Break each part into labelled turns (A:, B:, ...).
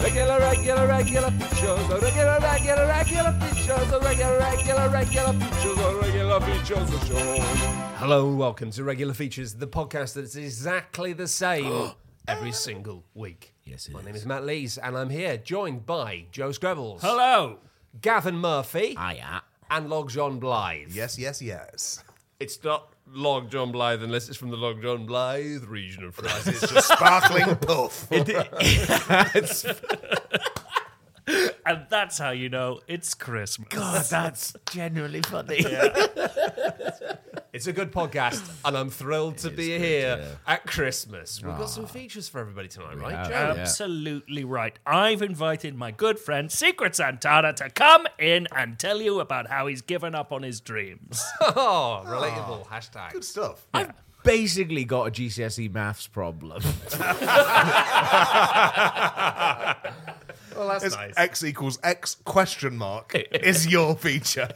A: regular, regular, regular features. A regular, regular, regular features. A regular, regular, regular features. A regular features of show. Hello, welcome to Regular Features, the podcast that's exactly the same every single week.
B: Yes, it
A: My
B: is.
A: name is Matt Lees, and I'm here joined by Joe Scrabbles,
C: Hello.
A: Gavin Murphy,
B: I at.
A: and Log John Blythe.
D: Yes, yes, yes.
A: It's not Log John Blythe unless it's from the Log John Blythe region of France.
D: It's just sparkling puff.
C: And that's how you know it's Christmas.
B: God, that's generally funny.
A: It's a good podcast, and I'm thrilled to be
B: good,
A: here at Christmas. We've got some features for everybody tonight, right,
B: have.
A: Joe?
B: Oh, Yeah.
C: Absolutely right. I've invited my good friend Secret Santana to come in and tell you about how he's given up on his dreams.
A: Oh, relatable. Hashtag.
D: Good stuff.
B: I've basically got a GCSE E maths problem.
A: Well, that's
D: It's
A: nice.
D: X equals X question mark is your feature.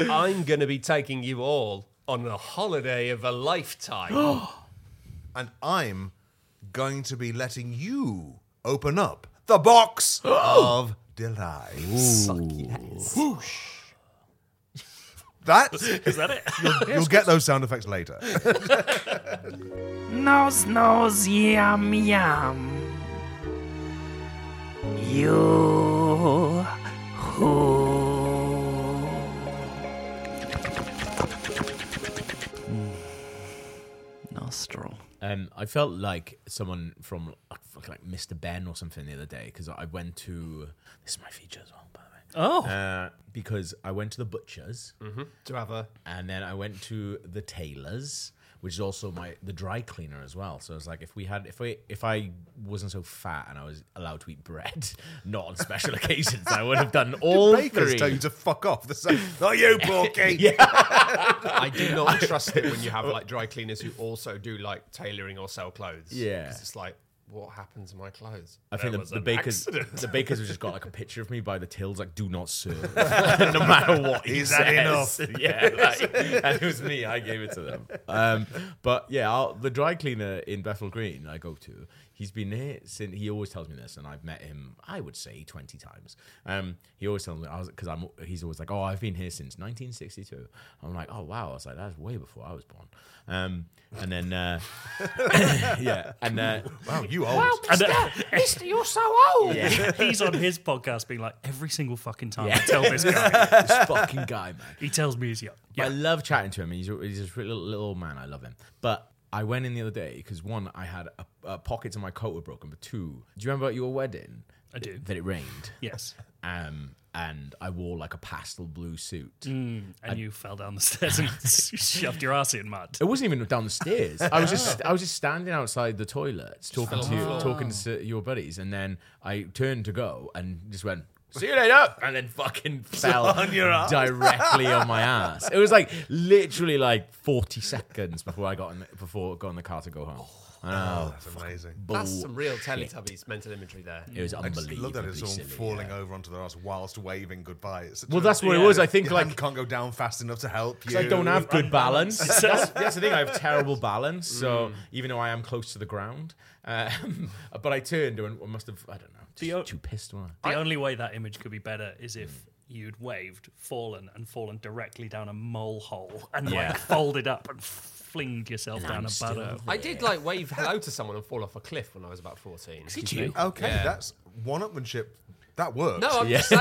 A: I'm going to be taking you all on a holiday of a lifetime.
D: and I'm going to be letting you open up the box of delights. Whoosh. That's
C: Is that it?
D: you'll get those sound effects later.
E: Nose, nose, yum, yum. You. Who. Nostril.
B: um, I felt like someone from like, like Mr. Ben or something the other day because I went to. This is my feature as well, by the way.
C: Oh.
B: Uh, because I went to the butcher's
A: Mm-hmm. to have a
B: and then I went to the tailor's, which is also my the dry cleaner as well. So it's like if we had if I if I wasn't so fat and I was allowed to eat bread, not on special occasions, I would have done all
D: Bakers
B: three.
D: tell you to fuck off. The same. Not you, Porky.
A: I do not trust it when you have like dry cleaners who also do like tailoring or sell clothes.
B: Yeah.
A: 'Cause it's like, what happened to my clothes?
B: I
A: There
B: think
A: was
B: the, the
A: an
B: bakers,
A: accident.
B: the bakers have just got like a picture of me by the tills, like "Do not serve," no matter what he
D: Is
B: says.
D: that enough?
B: Yeah, like, and it was me. I gave it to them. Um, but yeah, I'll, the dry cleaner in Bethnal Green I go to, he's been here since. He always tells me this, and I've met him. I would say twenty times. Um, he always tells me I was because I'm. He's always like, "Oh, I've been here since 1962." I'm like, "Oh wow!" I was like, "That's way before I was born." Um, and then uh, yeah, and uh,
D: Wow, you old.
C: And, uh,
E: Mister, you're so old!
C: Oh. he's on his podcast being like, every single fucking time I tell this guy,
B: this fucking guy, man.
C: he tells me he's young.
B: I love chatting to him. He's he's this little, little old man. I love him. But I went in the other day because one, I had a, a pockets in my coat were broken. But two, do you remember at your wedding?
C: I do.
B: That it rained.
C: Yes.
B: Um, and I wore like a pastel blue suit.
C: Mm, And you fell down the stairs and shoved your ass in mud. Oh.
B: It wasn't even down the stairs. I was just I was just standing outside the toilets talking to talking to your buddies, and then I turned to go and just went. See you later, and then fucking fell directly on my ass. It was like literally like forty seconds before I got in the, before I got in the car to go home. Oh, I know.
D: Oh, That's amazing.
A: That's some real Teletubbies mental imagery there.
B: It was
D: I just
B: unbelievable.
D: love that it's all
B: silly.
D: falling over onto their ass whilst waving goodbye. It's such
B: Well,
D: a-
B: that's what it
C: Yeah.
B: was. I think
D: Your
B: like
D: hand can't go down fast enough to help you.
B: 'Cause I don't have good balance. that's, that's the thing. I have terrible balance.
D: Mm.
B: So even though I am close to the ground, um, but I turned and I must have. I don't know. Just
C: o-
B: too pissed. When I?
C: The only way that image could be better is if
A: Hmm.
C: you'd waved, fallen, and fallen directly down a mole hole and
B: Yeah.
C: like folded up and flinged yourself down
B: I'm
C: a
B: still
C: burrow.
A: I did like wave hello to someone and fall off a cliff when I was about 14.
B: Did you?
D: Okay, that's one-upmanship. That works.
A: No, I'm just saying.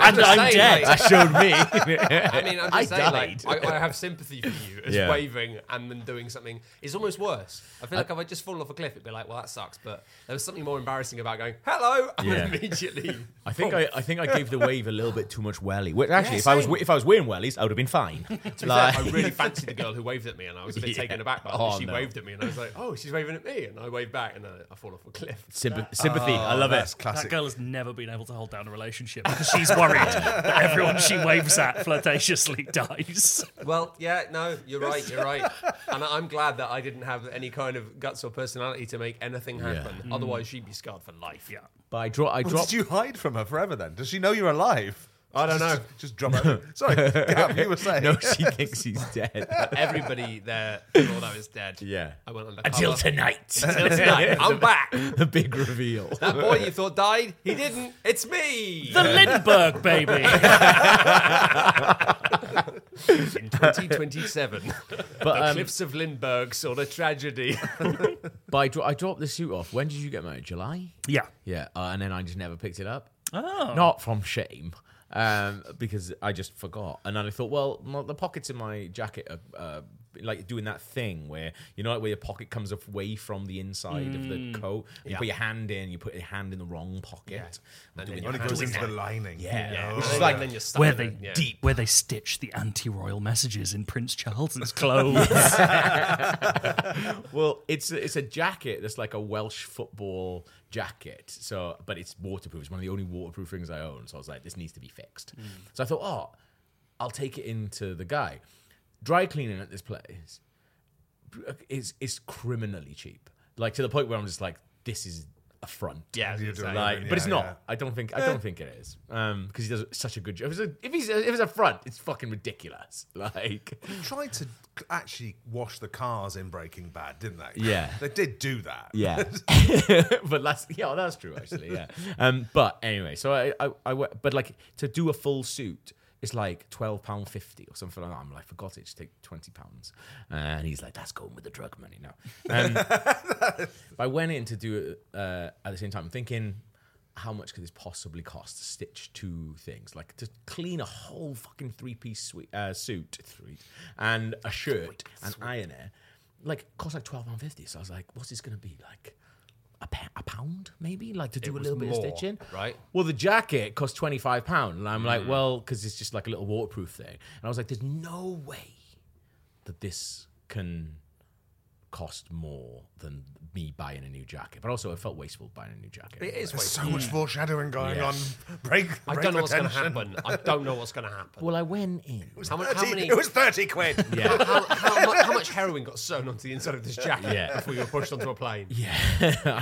A: I'm just
C: I'm
A: saying,
C: dead.
A: like,
B: showed me.
A: I mean, I'm just
B: I
A: saying, like,
B: died.
A: I, I have sympathy for you as
B: Yeah.
A: waving and then doing something is almost worse. I feel like if I just fallen off a cliff, it'd be like, well, that sucks. But there was something more embarrassing about going, hello, and then
B: Yeah.
A: immediately.
B: I think I, I think I gave the wave a little bit too much welly. Which actually,
A: Yeah,
B: if I was
A: same.
B: if I was wearing wellies, I would have been fine.
A: I
B: like,
A: really fancied the girl who waved at me, and I was a bit
B: Yeah.
A: taken aback by it.
B: Oh,
A: she
B: no.
A: waved at me, and I was like, oh, she's waving at me. And I wave back, and then I fall off a cliff.
B: sympa- sympathy. I love
D: that's
B: it.
D: classic.
C: That girl has never been able to hold down a relationship because she's worried that everyone she waves at flirtatiously dies.
A: Well, yeah, no, you're right, you're right. And I- I'm glad that I didn't have any kind of guts or personality to make anything happen.
B: Mm.
A: Otherwise, she'd be scarred for life.
C: Yeah.
B: But I draw. I
D: What
B: dropped.
D: Did you hide from her forever then? Does she know you're alive?
F: I don't know.
D: Just drop over. Sorry, Gav, you were saying.
B: No, she thinks he's dead.
A: Everybody there, all that is dead.
B: Yeah.
A: I went undercover.
B: Until tonight.
A: tonight. I'm back.
B: the big reveal.
A: That boy you thought died, he didn't. It's me.
C: The Lindbergh baby.
A: In 2027,
B: But
A: the
B: um,
A: cliffs of Lindbergh saw the tragedy.
B: but I, dro- I dropped the suit off. When did you get married? July?
C: yeah.
B: Yeah, uh, and then I just never picked it up. Oh. Not from shame, um, because I just forgot. And then I thought, well, my, the pockets in my jacket are uh, like doing that thing where, you know, like where your pocket comes away from the inside of the coat. You put your hand in, you put your hand in the wrong pocket. I'm doing
A: then
B: that.
D: Only goes into the lining.
B: yeah.
A: Yeah,
B: Which is
A: and
B: like,
A: then you're stuck
C: Where
A: in
C: they
A: it, yeah.
C: deep where they stitch the anti-royal messages in Prince Charles's clothes.
B: well, it's a- it's a jacket that's like a Welsh football jacket. So, but it's waterproof. It's one of the only waterproof things I own. So I was like, this needs to be fixed.
A: Mm.
B: So I thought, oh, I'll take it into the guy. Dry cleaning at this place is is criminally cheap. Like to the point where I'm just like, this is a front.
A: Yeah, Eh. I was
D: You
A: gonna
D: do
A: say.
D: like-
B: Like, but it's
D: Yeah,
B: not.
D: yeah.
B: I don't think. I don't think it is. Um, because he does such a good job. If it's a, if he's a, if it's a front, it's fucking ridiculous. Like,
D: tried to actually wash the cars in Breaking Bad, didn't they?
B: Yeah.
D: They did do that.
B: Yeah, but that's yeah, well, that's true actually. Yeah, um, but anyway, so I, I, I we- but like to do a full suit, it's like twelve pound fifty or something like that. I'm like, forgot it, just take twenty pounds. and he's like, that's going with the drug money now. Um, I went in to do it uh, at the same time, thinking, how much could this possibly cost to stitch two things? Like to clean a whole fucking three piece suite, uh, suit three, and a shirt and iron it. Like cost like twelve pound fifty. So I was like, what's this gonna be like? A, pa- a pound maybe, like to do a
A: was
B: little bit
A: more,
B: of stitching,
A: right? Mm.
B: Well, the jacket cost twenty five pound, and I'm like, well, because it's just like a little waterproof thing, and I was like, there's no way that this can cost more than me buying a new jacket. But also, I felt wasteful buying a new jacket.
A: It is
D: There's
A: wasteful.
D: so much foreshadowing going
B: Yeah.
D: on. Break.
A: I
D: break
A: don't know what's going to
D: retention.
A: happen. I don't know what's going to happen.
B: Well, I went in.
A: How, mu- how
D: 30
A: many?
D: It was 30 quid.
B: Yeah.
A: How, how, mu- how much heroin got sewn onto the inside of this jacket
B: Yeah.
A: before you were pushed onto a plane?
B: Yeah,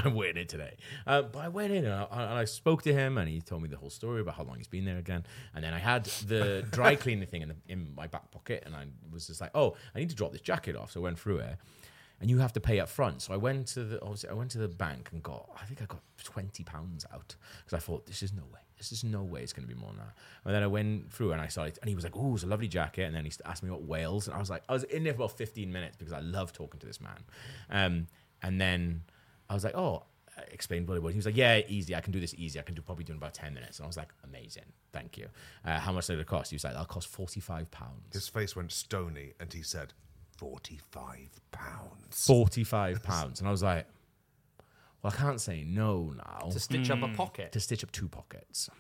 B: I'm wearing it today. Uh, but I went in and I, and I spoke to him, and he told me the whole story about how long he's been there again. And then I had the dry cleaner thing in, the, in my back pocket, and I was just like, "Oh, I need to drop this jacket off." So I went through it, and you have to pay up front. So I went to the obviously I went to the bank and got I think I got twenty pounds out because I thought this is no way. This is no way it's going to be more than that. And then I went through and I started, and he was like, "Oh, it's a lovely jacket." And then he asked me what Wales, and I was like, I was in there for about fifteen minutes because I love talking to this man. Um, and then I was like, oh, I explained what it was. He was like, yeah, easy. I can do this easy. I can do probably do it in about 10 minutes. And I was like, amazing. Thank you. Uh, how much did it cost? He was like, that'll cost 45 pounds.
D: His face went stony and he said, 45 pounds.
B: 45 pounds. And I was like, well, I can't say no now
A: To
B: to,
A: stitch up a pocket.
B: stitch up two pockets.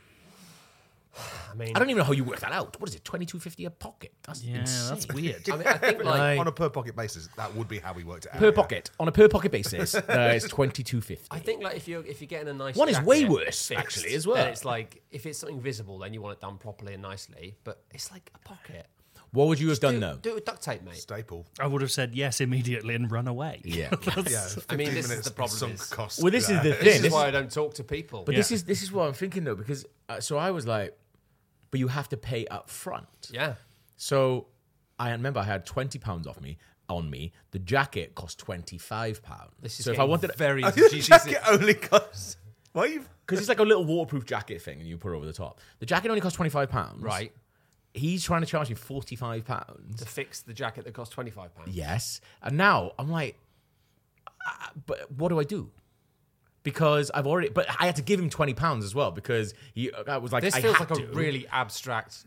A: I mean,
B: I don't even know how you work that out. What is it? 22.50 a pocket? That's
C: yeah,
B: insane.
C: that's weird.
A: I mean, I think like
B: Like,
D: On a per pocket basis, that would be how we worked it out.
B: per
D: yeah.
B: pocket, on a per pocket basis, uh, it's 22.50.
A: I think like if you're if you're getting a nice
B: One is
A: jacket
B: way worse,
A: fixed,
B: actually, as well.
A: then it's like if it's something visible, then you want it done properly and nicely. But it's like a pocket.
B: what would you have done
A: do,
B: though?
A: do it with duct tape, mate.
D: Staple.
C: I would have said yes immediately and run away.
B: yeah.
D: Yeah.
A: I mean,
D: 15
A: this is
D: minutes
A: the problem
D: Sunk
A: is-
D: cost
B: Well, this is the
D: there.
B: thing.
A: This is
B: This-
A: why I don't talk to people.
B: But this
C: Yeah.
B: is this is what I'm thinking though, because uh, so I was like, but you have to pay up front.
A: yeah,
B: So I remember I had twenty pounds off me on me. The jacket cost twenty five pounds.
A: this is
B: so if I wanted
A: very
D: The
A: Jesus-
D: jacket only costs. Why you?
B: because it's like a little waterproof jacket thing, and you put it over the top. The jacket only costs twenty five pounds.
A: right
B: He's trying to charge me forty five pounds.
A: to fix the jacket that cost twenty five pounds.
B: Yes. And now I'm like, uh, but what do I do? Because I've already, but I had to give him twenty pounds as well because he I was like,
A: This
B: I
A: feels
B: had
A: like a
B: to.
A: really abstract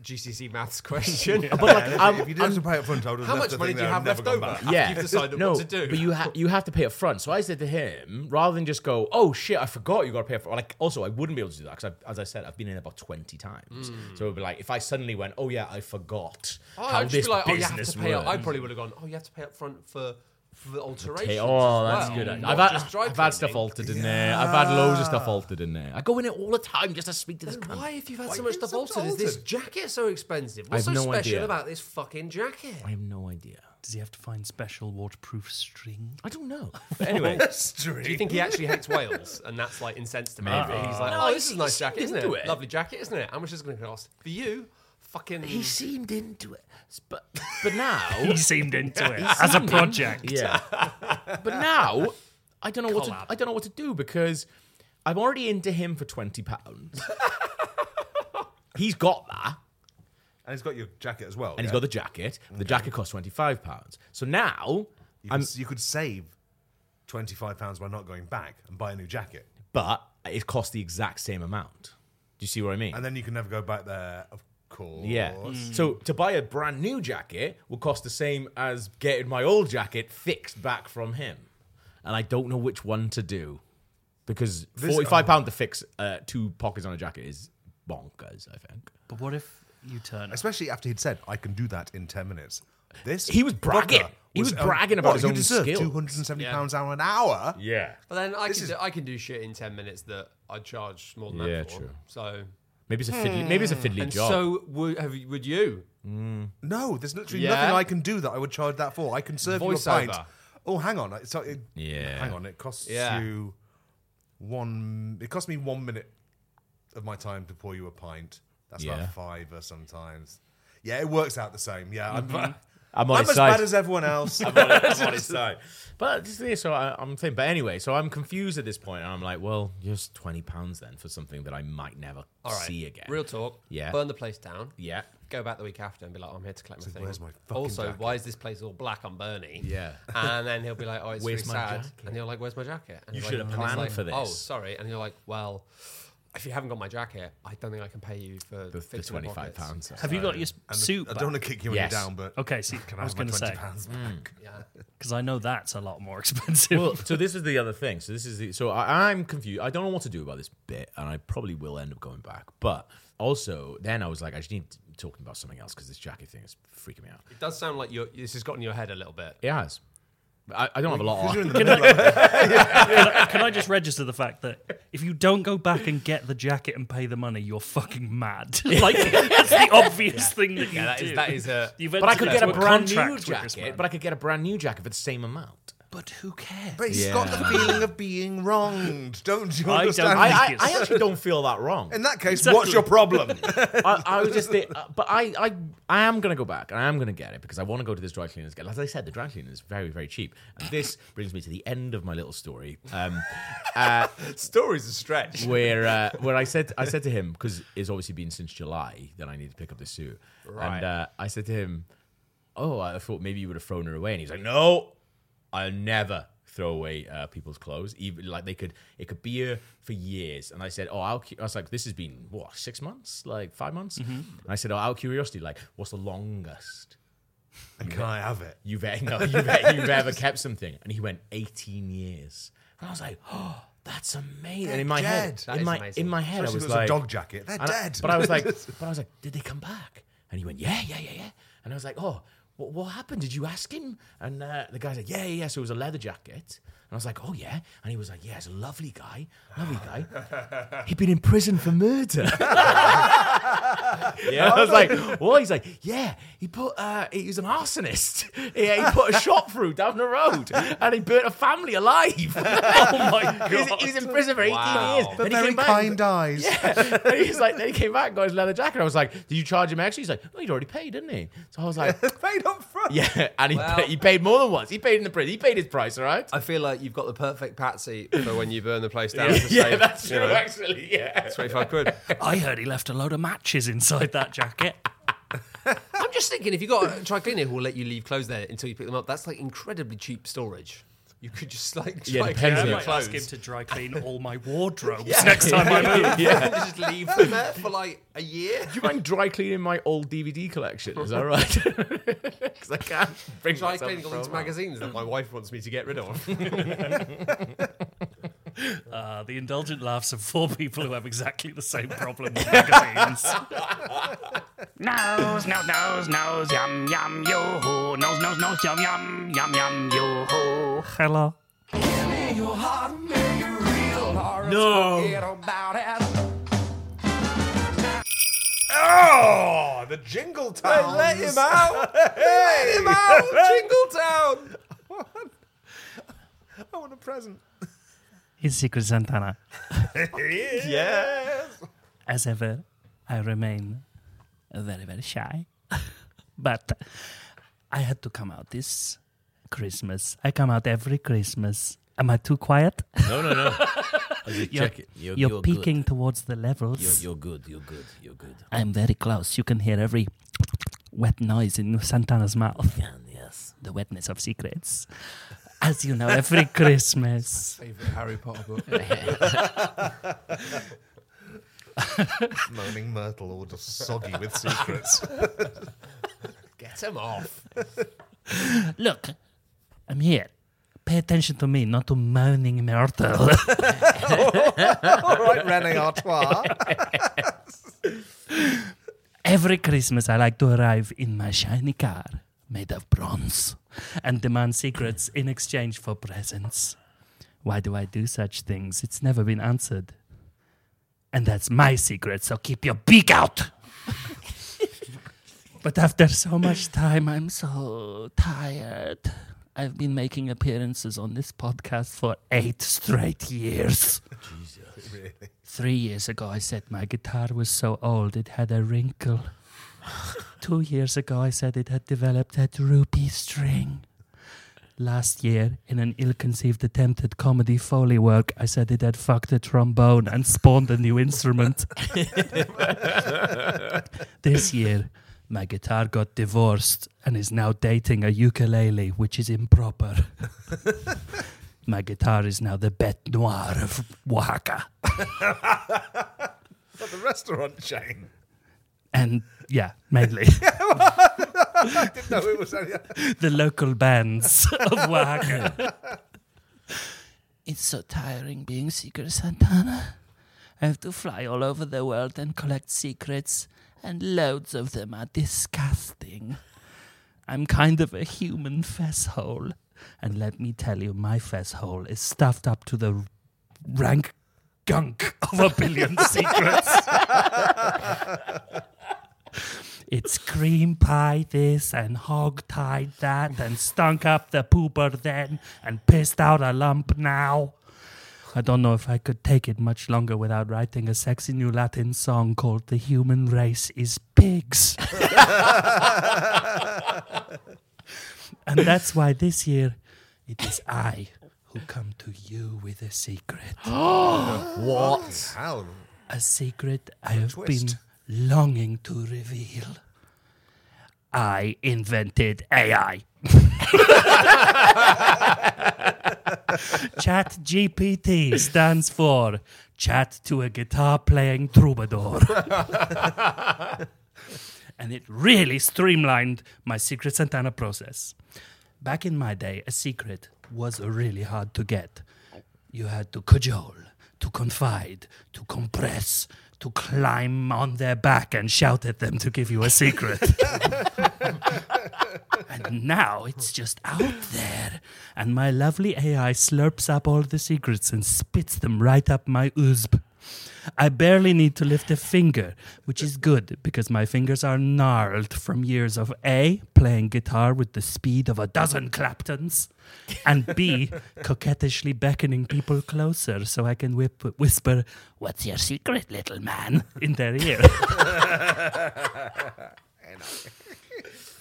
A: GCC maths question.
B: But like, um, I'm-
D: If you did have to pay up front, I would have
A: How
D: left
A: much
D: the
A: money
D: thing
A: do you
D: there and
A: have
D: never
A: left
D: gone
A: over?
D: back.
A: after You've decided
B: no,
A: what to do.
B: But you ha- you have to pay up front. So I said to him, rather than just go, oh shit, I forgot you got to pay up front. Like also, I wouldn't be able to do that because as I said, I've been in about twenty times. So it would be like if I suddenly went, oh yeah, I forgot
A: Hmm. Oh,
B: how
A: I'd
B: this
A: just be like, oh, you have
B: business
A: to pay up. I
B: works.
A: probably would have gone, oh, you have to pay up front for, for the alterations.
B: Okay,
A: as
B: oh, that's
A: well,
B: good.
A: not
B: I've had,
A: just dry
B: I've had stuff
A: cleaning.
B: altered in there. I've had loads of stuff altered in there. I go in it all the time just to speak to this cunt.
A: Why, if you've had
D: Why
A: so much
D: is it
A: stuff altered, is this
D: altered?
A: jacket so expensive?
B: I
A: What's
B: have
A: so
B: no
A: special
B: idea.
A: about this fucking jacket?
B: I have no idea.
C: Does he have to find special waterproof string?
B: I don't know. But anyway,
A: Do you think he actually hates Wales and that's like incensed him?
B: Maybe.
A: He's like,
B: No,
A: oh,
B: he
A: this is a
B: seemed
A: nice jacket, isn't it?
B: into it.
A: Lovely jacket, isn't it? How much is it going to cost? For you, fucking.
B: he seemed into it, but but now,
C: He seemed into it as a project.
B: yeah. But now, I don't know what to, I don't know what to do because I'm already into him for twenty pounds. He's got that.
D: And he's got your jacket as well.
B: and he's got the jacket. The jacket costs twenty five pounds. So now
D: You,
B: I'm,
D: could, you could save twenty-five pounds by not going back and buy a new jacket,
B: but it costs the exact same amount. Do you see what I mean?
D: and then you can never go back there. Of course. Mm.
B: yeah. So to buy a brand new jacket will cost the same as getting my old jacket fixed back from him, and I don't know which one to do because
D: This-
B: forty five
D: oh.
B: pound to fix uh, two pockets on a jacket is bonkers. I think
C: But what if you turn up?
D: Especially after he'd said, "I can do that in ten minutes." This
B: He was bragging.
D: fucker um,
B: He was bragging about
D: "Well,
B: his
D: you
B: own
D: deserve
B: skills."
D: Two hundred and seventy pounds hour an hour.
B: yeah.
A: But then I can,
D: is-
A: do, I can do shit in 10 minutes that I charge more than
B: Yeah,
A: that for.
B: true.
A: So.
B: Maybe it's a fiddly. Maybe it's a fiddly
A: And
B: job.
A: so would, have, you- would you?
D: Mm. No, there's literally
A: Yeah.
D: nothing I can do that I would charge that for. I can serve you a pint.
A: Voiceover.
D: Oh, hang on. It's, it,
B: Yeah.
D: Hang on. It costs
A: Yeah.
D: you one. It cost me one minute of my time to pour you a pint. That's
B: Yeah.
D: about five or sometimes. Yeah, it works out the same. Yeah,
A: Mm-hmm.
D: I'm, Mm-hmm.
B: I'm
D: I'm,
B: on his
D: as
B: side.
D: bad as everyone else.
B: I'm on his side. But this is- so I, I'm thinking. But anyway, so I'm confused at this point, and I'm like, well, just twenty pounds then for something that I might never
A: All right.
B: see again.
A: Real talk.
B: Yeah.
A: Burn the place down.
B: Yeah.
A: Go back the week after and be like, oh, I'm here to collect my thing.
D: where's my fucking
A: also,
D: jacket?
A: why is this place all black on Bernie?
B: Yeah.
A: And then he'll be like, oh, it's
B: Where's
A: really
B: my
A: sad.
B: jacket?
A: And you're like, where's my jacket? And
B: You
A: he's
B: should
A: like,
B: have
A: and he's
B: planned
A: like,
B: for this.
A: Oh, sorry. And you're like, well, if you haven't got my jacket, I don't think I can pay you for
B: The, the
A: fixing my
B: twenty-five
A: pockets."
B: pounds.
C: Have you got your
D: And
C: suit?
D: I
C: back?
D: don't want to kick you
B: Yes.
D: when you're down, but
C: Okay, see, I was
D: have my
C: going to say
D: pounds
A: Mm.
D: back.
A: Yeah.
C: because I know that's a lot more expensive.
B: Well, so this is the other thing. So this is the, so I, I'm confused. I don't know what to do about this bit, and I probably will end up going back. But also, then I was like, I just need to talking about something else because this jacket thing is freaking me out.
A: It does sound like you're, this has gotten your head a little bit.
B: It has. I, I don't have a lot.
D: 'Cause
B: On.
D: you're in the middle of it.
C: can, I, can I just register the fact that if you don't go back and get the jacket and pay the money, you're fucking mad? like that's the obvious thing that you
A: Yeah, that
C: do.
A: is, that is a.
C: You've
B: But I
C: entered
B: could get a
C: into
B: brand
C: contract
B: new
C: with this
B: jacket.
C: man.
B: But I could get a brand new jacket for the same amount.
C: But who cares?
D: But he's got the feeling of being wronged. Don't you
C: I don't-
D: understand?
B: I,
C: Yes.
B: I, I actually don't feel that wrong.
D: in that case,
C: Exactly.
D: what's your problem?
B: I, I was just, think- uh, but I, I, I am gonna go back and I am gonna get it because I want to go to this dry cleaners again. As I said, the dry cleaner is very, very cheap, and this brings me to the end of my little story, um, uh,
A: Story's a stretch.
B: where uh, where I said, I said to him because it's obviously been since July that I need to pick up this suit,
A: Right.
B: and uh, I said to him, "Oh, I thought maybe you would have thrown her away," and he's like, "No, I never." Throw away uh, people's clothes, even like they could. It could be here for years, and I said, "Oh, I'll." Keep, I was like, "This has been what six months, like five months."
D: Mm-hmm.
B: And I said, "Oh, out of curiosity, like, what's the longest
D: and can I have it?
B: you've e- no, you've, e- you've ever kept something?" And he went, "18 years." And I was like, "Oh, that's amazing!" And in my head,
D: dead.
A: That
B: in
A: is
B: my
A: amazing.
B: in my head,
D: Especially
B: I was
D: if it was
B: like,
D: a dog jacket. They're
B: and I-
D: dead.
B: but I was like, but I was like, did they come back? And he went, yeah, yeah, yeah, yeah. And I was like, oh, what, what happened? Did you ask him? And uh, the guy's like, yeah, yeah, yeah. So it was a leather jacket. And I was like, oh yeah. And he was like, yeah, it's a lovely guy, lovely guy. He'd been in prison for murder. yeah, I was like, what? He's like, yeah, he put, uh, he was an arsonist. Yeah, he put a shop through down the road, and he burnt a family alive.
C: oh my
B: He was,
C: god!
B: he was in prison for 18
A: Wow.
B: years.
D: but
B: Then he
D: very
B: came back.
D: kind eyes.
B: and he's like, then he came back and got his leather jacket. I was like, did you charge him extra? He's like, oh, he'd already paid, didn't he? So I was like,
D: Paid up front.
B: yeah. And he,
A: Well-
B: paid, he paid more than once. He paid in the prison. He paid his price, all right?
A: I feel like you've got the perfect patsy for when you burn the place down. to
B: yeah,
A: save,
B: that's
A: you
B: true,
A: know,
B: actually. Yeah.
A: 25 quid.
C: I heard he left a load of matches inside that jacket.
A: I'm just thinking, if you got a dry cleaner who will let you leave clothes there until you pick them up, that's like incredibly cheap storage. You could just like
B: Yeah,
A: dry clean
B: depends
C: I
B: on
A: your
B: your
C: might
A: clothes.
C: ask him to dry clean all my wardrobes next time I move.
A: and just leave them there for like a year.
B: Do you mind dry cleaning my old DVD collection? Is that right? Because I can't bring
A: Dry
B: myself
A: cleaning
B: to throw
A: all these
B: them out.
A: magazines that my wife wants me to get rid of.
C: Uh, the indulgent laughs of four people who have exactly the same problem with magazines.
E: Nose, nose, nose, nose, yum, yum, yo ho. Nose, nose, nose, yum, yum, yum, yum, yo ho.
C: Hello.
B: No.
D: Oh, the jingle time.
F: Let him out! Let him out! Jingletown!
D: I want a present.
C: His secret Santana.
D: Yeah.
C: As ever, I remain very, very shy. but I had to come out this Christmas. I come out every Christmas. Am I too quiet?
B: No, no, no. I just check it.
C: You're, peeking towards the levels.
B: Good. You're, you're good. You're good. You're good.
C: I'm very close. You can hear every wet noise in Santana's mouth.
B: And yes.
C: The wetness of secrets. As you know, every Christmas.
A: Favorite Harry Potter book.
D: Moaning Myrtle, all just soggy with secrets.
A: Get him off.
C: Look, I'm here. Pay attention to me, not to moaning Myrtle.
D: all right, Rene Artois.
C: Every Christmas, I like to arrive in my shiny car made of bronze and demand secrets in exchange for presents. Why do I do such things? It's never been answered. And that's my secret, so keep your beak out! but after so much time, I'm so tired. I've been making appearances on this podcast for eight straight years. Three years ago, I said my guitar was so old it had a wrinkle. Two years ago, I said it had developed a droopy string. Last year, in an ill conceived attempt at comedy foley work, I said it had fucked a trombone and spawned a new instrument. this year, my guitar got divorced and is now dating a ukulele, which is improper. my guitar is now the bête noire of Oaxaca.
D: At the restaurant chain.
C: and yeah, mainly
D: No, it was only.
C: the local bands of Oaxaca. it's so tiring being Secret Santana. I have to fly all over the world and collect secrets, and loads of them are disgusting. I'm kind of a human fesshole. And let me tell you, my fesshole is stuffed up to the rank gunk of a billion secrets. It's cream pie this and hog tied that and stunk up the pooper then and pissed out a lump now. I don't know if I could take it much longer without writing a sexy new Latin song called The Human Race is Pigs. and that's why this year it is I who come to you with a secret.
B: What?
D: How?
C: A secret I have
D: twist.
C: been longing to reveal. I invented AI. Chat GPT stands for Chat to a Guitar Playing Troubadour. and it really streamlined my Secret Santana process. Back in my day, a secret was really hard to get. You had to cajole, to confide, to compress, to climb on their back and shout at them to give you a secret. and now Oh, it's just out there. And my lovely AI slurps up all the secrets and spits them right up my oozb. I barely need to lift a finger, which is good because my fingers are gnarled from years of A, playing guitar with the speed of a dozen Claptons, and B, coquettishly beckoning people closer so I can whip, whisper, What's your secret, little man? in their ear.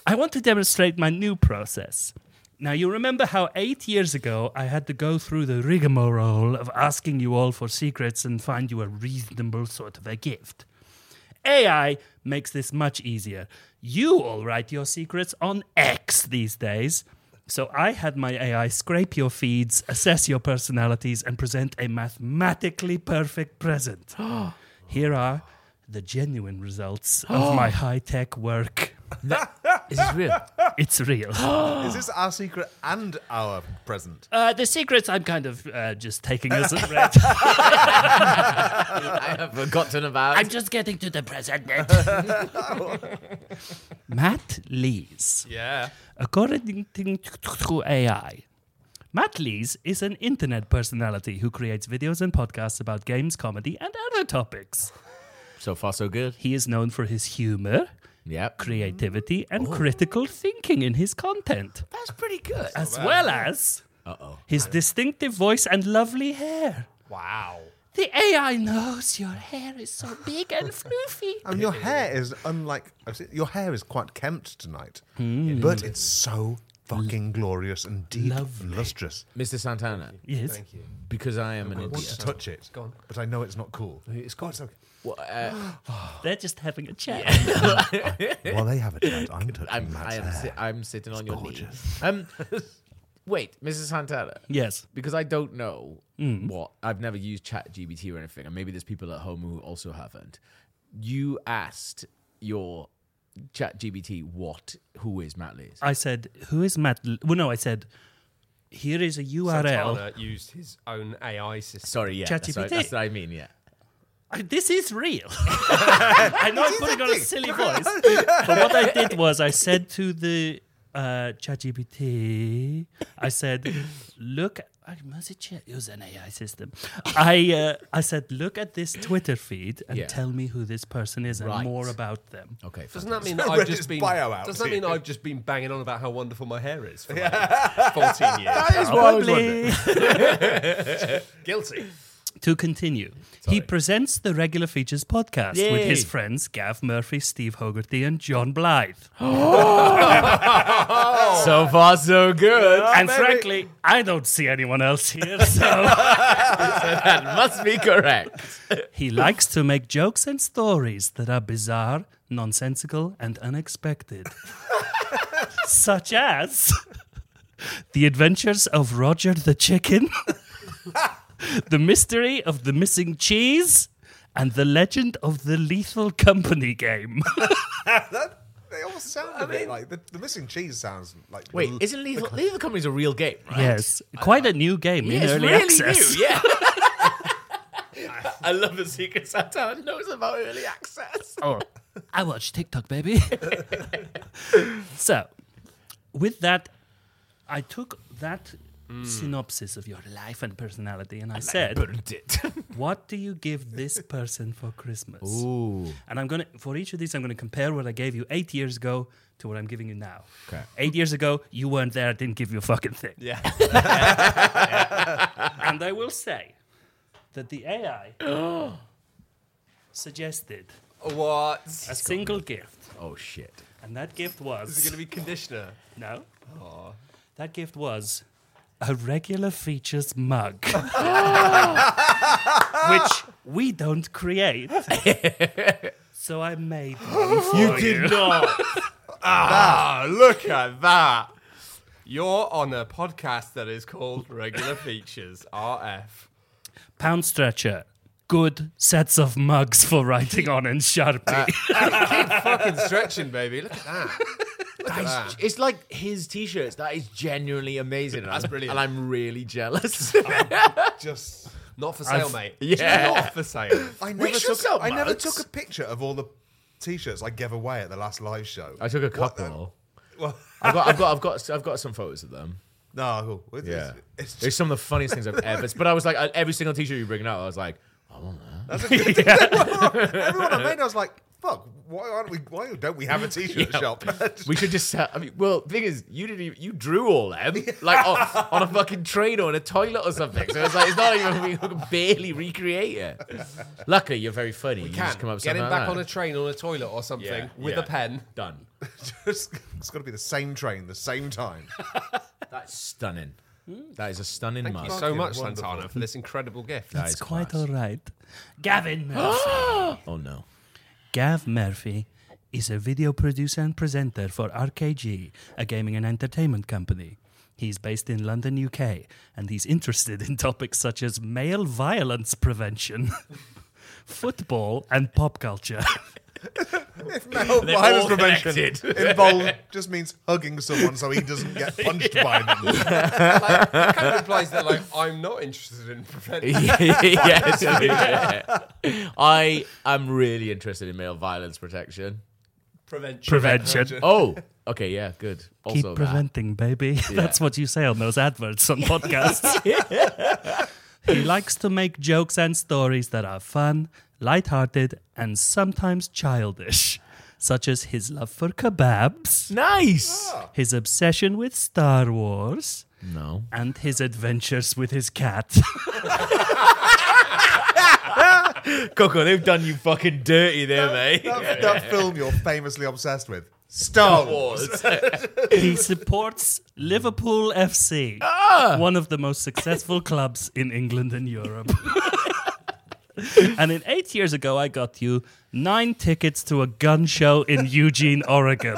C: I want to demonstrate my new process. Now, you remember how eight years ago I had to go through the rigmarole of asking you all for secrets and find you a reasonable sort of a gift. AI makes this much easier. You all write your secrets on X these days. So I had my AI scrape your feeds, assess your personalities, and present a mathematically perfect present. Here are the genuine results of my high tech work.
B: Is this real?
C: It's real.
D: Is this our secret and our present?
C: Uh, the secrets I'm kind of uh, just taking as a read.
B: I have forgotten about.
C: I'm just getting to the present. Matt Lees.
A: Yeah.
C: According to AI, Matt Lees is an internet personality who creates videos and podcasts about games, comedy, and other topics.
B: So far, so good.
C: He is known for his humor,
B: Yep. Oh.
C: creativity, and critical thinking in his content,
B: That's pretty good.
C: as well as his distinctive voice and lovely hair.
A: Wow.
C: The AI knows your hair is so big and fluffy.
D: I mean, your hair is unlike. I've seen, your hair is quite kempt tonight, but it's so fucking glorious and deep, and lustrous.
B: Mr. Santana,
C: Yes.
B: because I am an
D: I want to
B: idiot.
D: touch it,
A: on.
D: but I know it's not cool.
A: It's quite okay.
B: Well, uh,
C: They're just having a chat.
D: While they have a chat, I'm touching
B: I'm, I
D: Matt's
B: am
D: hair.
B: si- I'm sitting on your knee. Um, wait, Mrs. Santana.
C: Yes. Mm.
B: Because I don't know what I've never used Chat GBT or anything, and maybe there's people at home who also haven't. You asked your Chat GBT what who is Matt Lees.
C: I said, Who is Matt? L-" Well, no, I said, Here is a URL.
A: Santana used his own AI system.
B: Sorry, yeah, that's what, I-
C: ChatGPT.
B: that's what I mean. Yeah,
C: I- This is real. I know I'm putting on a silly voice. but what I did was I said to the uh, ChatGPT, I said, Look, I must check. It was an AI system. I, uh, I said, Look at this Twitter feed and
B: Yeah.
C: tell me who this person is and
B: Right.
C: more about them.
B: okay.
A: Doesn't
B: fine.
A: that mean that I've
D: Reddit's
A: just been?
D: bio out
A: Doesn't that
D: here.
A: mean I've just been banging on about how wonderful my hair is for like fourteen years?
B: That's what I was wondering.
C: Probably.
A: Guilty.
C: To continue, he presents the Regular Features podcast with
B: Yay.
C: his friends Gav Murphy, Steve Hogarty, and John Blythe.
B: So far, so good.
C: and frankly, I don't see anyone else here, so
B: that must be correct.
C: he likes to make jokes and stories that are bizarre, nonsensical, and unexpected. Such as The Adventures of Roger the Chicken, The Mystery of the Missing Cheese, and The Legend of the Lethal Company game.
D: That, they all sound a bit like the, the missing cheese sounds like.
B: Wait, isn't Lethal Lethal Company's a real game, right?
C: Mm. Yes, quite a new game
B: Yeah,
C: in
B: it's
C: early
B: really
C: access.
B: new, yeah. I love that Secret Santa knows about early access.
C: Oh, I watch TikTok, baby. so, with that, I took that
B: Mm.
C: synopsis of your life and personality, and I said,
B: Burned it.
C: "What do you give this person for Christmas?" And I'm gonna for each of these, I'm gonna compare what I gave you eight years ago to what I'm giving you now.
B: Okay.
C: Eight years ago, you weren't there. I didn't give you a fucking thing.
A: Yeah.
C: and I will say that the AI suggested
A: What?
C: a single gift.
B: Oh shit.
C: And that gift
A: Is it
C: was
A: going to be conditioner?
C: no. That gift was a regular features mug, which we don't create. so I made one for you.
B: not.
A: Ah, look at that. You're on a podcast that is called Regular Features RF.
C: Pound stretcher. Good sets of mugs for writing on and Sharpie.
B: Ah.
A: Fucking stretching, baby. Look at that.
B: It's like his t-shirts. That is genuinely amazing. That's
A: brilliant.
B: And I'm really jealous.
D: just.
A: Not for sale, mate.
B: Yeah.
A: Not for sale.
D: I
B: We
D: never
B: should
D: took.
B: sell
D: I never
B: mugs.
D: took a picture of all the t-shirts I gave away at the last live show.
B: I took a
D: What the-
B: couple.
D: well,
B: I've got, I've got, I've got, I've got some photos of them.
D: no, it's,
B: Yeah,
D: it's, it's
B: it's some of the funniest things I've ever. But I was like, uh, every single T-shirt you bring out, I was like, I want that.
D: everyone I made. I was like, fuck. Why aren't we? Why don't we have a t-shirt shop?
B: We should just sell. I mean, well, the thing is, you didn't. Even, you drew all them like on, on a fucking train or in a toilet or something. So it's like it's not even we can barely recreate it. Luckily, you're very funny. you
A: Can
B: just come up with
A: get
B: something
A: him
B: like
A: back
B: that.
A: on a train, on a toilet, or something
B: Yeah,
A: with
B: yeah.
A: a pen.
B: Done.
D: it's got to be the same train, the same time.
B: That's stunning. That is a stunning
A: Hmm. Thank
B: mug.
A: you so much,
D: wonderful.
A: Santana, for this incredible gift.
B: That
C: It's
B: is
C: quite
B: class.
C: all right. Gavin Murphy.
B: Oh no.
C: Gav Murphy is a video producer and presenter for RKG, a gaming and entertainment company. He's based in London, UK, and he's interested in topics such as male violence prevention, football, and pop culture.
D: Male violence
B: all
D: prevention involved just means hugging someone so he doesn't get punched by them.
A: like, it kind of implies that like I'm not interested in preventing.
B: yes, I am really interested in male violence protection.
A: prevention.
C: Prevention.
B: Oh, okay, yeah, good. Oh,
C: Keep
B: Also, that.
C: preventing, baby. That's what you say on those adverts on podcasts. He likes to make jokes and stories that are fun, lighthearted, and sometimes childish, such as his love for kebabs,
B: Nice.
C: his obsession with Star Wars,
B: No.
C: and his adventures with his cat.
B: Coco, they've done you fucking dirty there, mate.
D: That, that film you're famously obsessed with. Star Wars.
C: he supports Liverpool FC,
B: Ah!
C: one of the most successful clubs in England and Europe. and in eight years ago, I got you nine tickets to a gun show in Eugene, Oregon.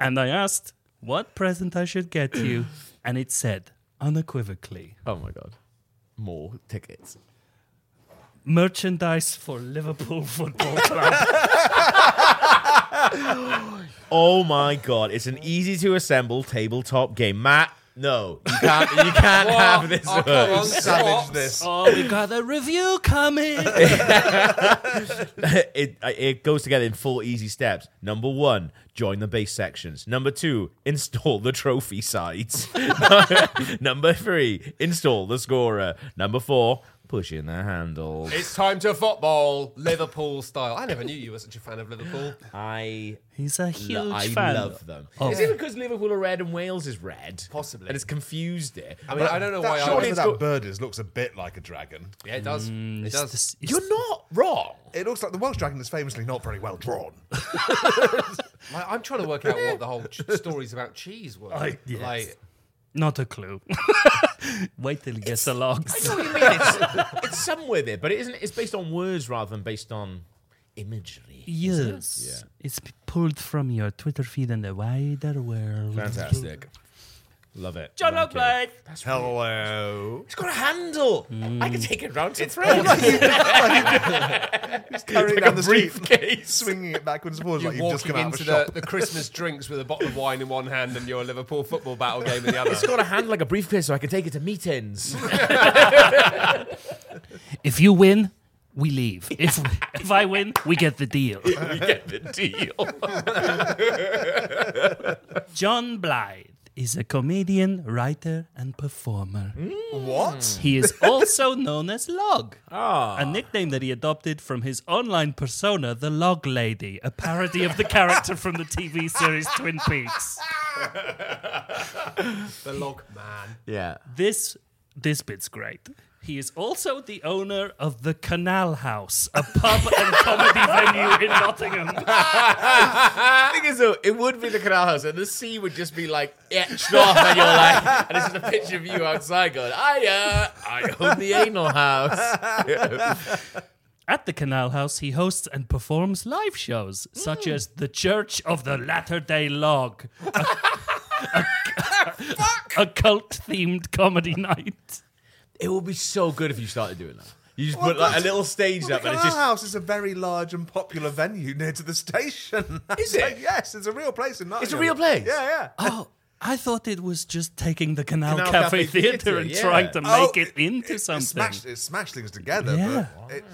C: and I asked what present I should get you, and it said unequivocally
B: Oh my god. More tickets.
C: merchandise for Liverpool Football Club.
B: Oh my god. It's an easy to assemble tabletop game. Matt, no. You can't you can't have this
A: Oh,
B: one.
A: come on,
D: Savage
A: what?
D: this.
C: oh, we got a review coming.
B: it it goes together in four easy steps. Number one, join the base sections. Number two, install the trophy sides. Number three, install the scorer. Number four, push in the handle.
A: It's time to football, Liverpool style. I never knew you were such a fan of Liverpool.
B: I
C: He's a huge
B: lo- I
C: fan.
B: love them.
C: Oh.
B: Is it because Liverpool are red and Wales is red?
A: Possibly.
B: And it's confused it.
A: I mean, I don't know why.
D: That
A: I
D: shot
A: always
D: with
B: it's
D: that
B: got-
D: bird is looks a bit like a dragon.
A: yeah, it does. it
C: It's
A: does.
C: the- it's
B: You're not wrong.
D: It looks like the Welsh dragon is famously not very well drawn.
A: Like, I'm trying to work out what the whole ch- stories about cheese were.
C: I- yes.
A: Like,
C: Not a clue. Wait till he gets along.
B: What do you mean? It's, it's somewhere there, but it isn't. It's based on words rather than based on imagery.
C: Yes. It's p- pulled from your Twitter feed and the wider world.
B: Fantastic. Love it.
C: John
B: Thank you.
C: Oakblade.
D: Hello.
B: It's got a handle. I
C: Mm.
B: can take it round to
D: Like
B: friends.
D: you- He's carrying
B: Like
D: down
B: a
D: the street,
B: briefcase.
D: swinging it backwards and forwards
A: you're
D: like you've just
A: walking
D: come out of a
A: into
D: shop.
A: the, the Christmas drinks with a bottle of wine in one hand and your Liverpool football battle game in the other.
B: It's got a handle like a briefcase, so I can take it to meetings.
C: If you win, we leave. If if I win, we get the deal.
B: we get the deal.
C: John Blythe is a comedian, writer, and performer.
B: Mm.
D: What?
C: He is also known as Log, a nickname that he adopted from his online persona, the Log Lady, a parody of the character from the TV series Twin Peaks.
A: the log man.
B: Yeah.
C: this this bit's great. He is also the owner of the Canal House, a pub and comedy venue in Nottingham.
B: thing is, though, it would be the canal house, and the sea would just be like etched off, and you're like, and it's just a picture of you outside going, I, uh, I own the anal house.
C: At the Canal House, he hosts and performs live shows
B: Hmm.
C: such as the Church of the Latter Day Log, a, cult themed comedy night.
B: It would be so Oh, good if you started doing that. You just put like a little stage
D: Well,
B: up,
D: the
B: and it's
D: Canal
B: just
D: House is a very large and popular venue near to the station.
B: Is
D: Like,
B: it?
D: yes, it's a real place in Nottingham.
B: a real place?
D: Yeah, yeah.
C: Oh, I thought it was just taking the Canal,
B: Canal
C: Cafe,
B: Cafe
C: Theatre
B: Theatre,
C: and
B: yeah.
C: trying to
D: Oh,
C: make it, into
D: It
C: something.
D: smashed, it smashed things together.
C: Yeah.
D: But it,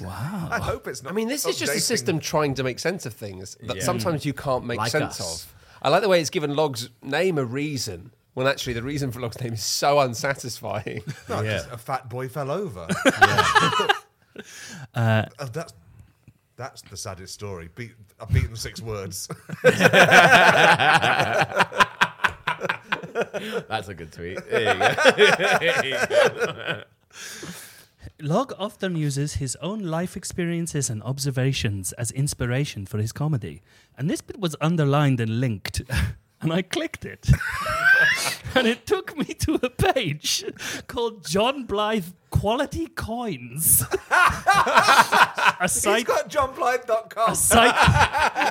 D: wow. I hope it's not.
A: I mean, this is just a system trying to make sense of things that
B: Yeah.
A: sometimes you can't make
B: Like
A: sense
B: us.
A: of. I like the way it's given Log's name a reason when actually the reason for Log's name is so unsatisfying.
D: No,
B: Yeah.
D: just a fat boy fell over.
C: Uh,
D: Oh, that's that's the saddest story. Beat, I've beaten six words.
B: that's a good tweet. There you go. There you go.
C: Log often uses his own life experiences and observations as inspiration for his comedy. And this bit was underlined and linked. And I clicked it. and it took me to a page called John Blythe Quality Coins. a
D: He's
C: site
D: got johnblythe.com.
C: a site,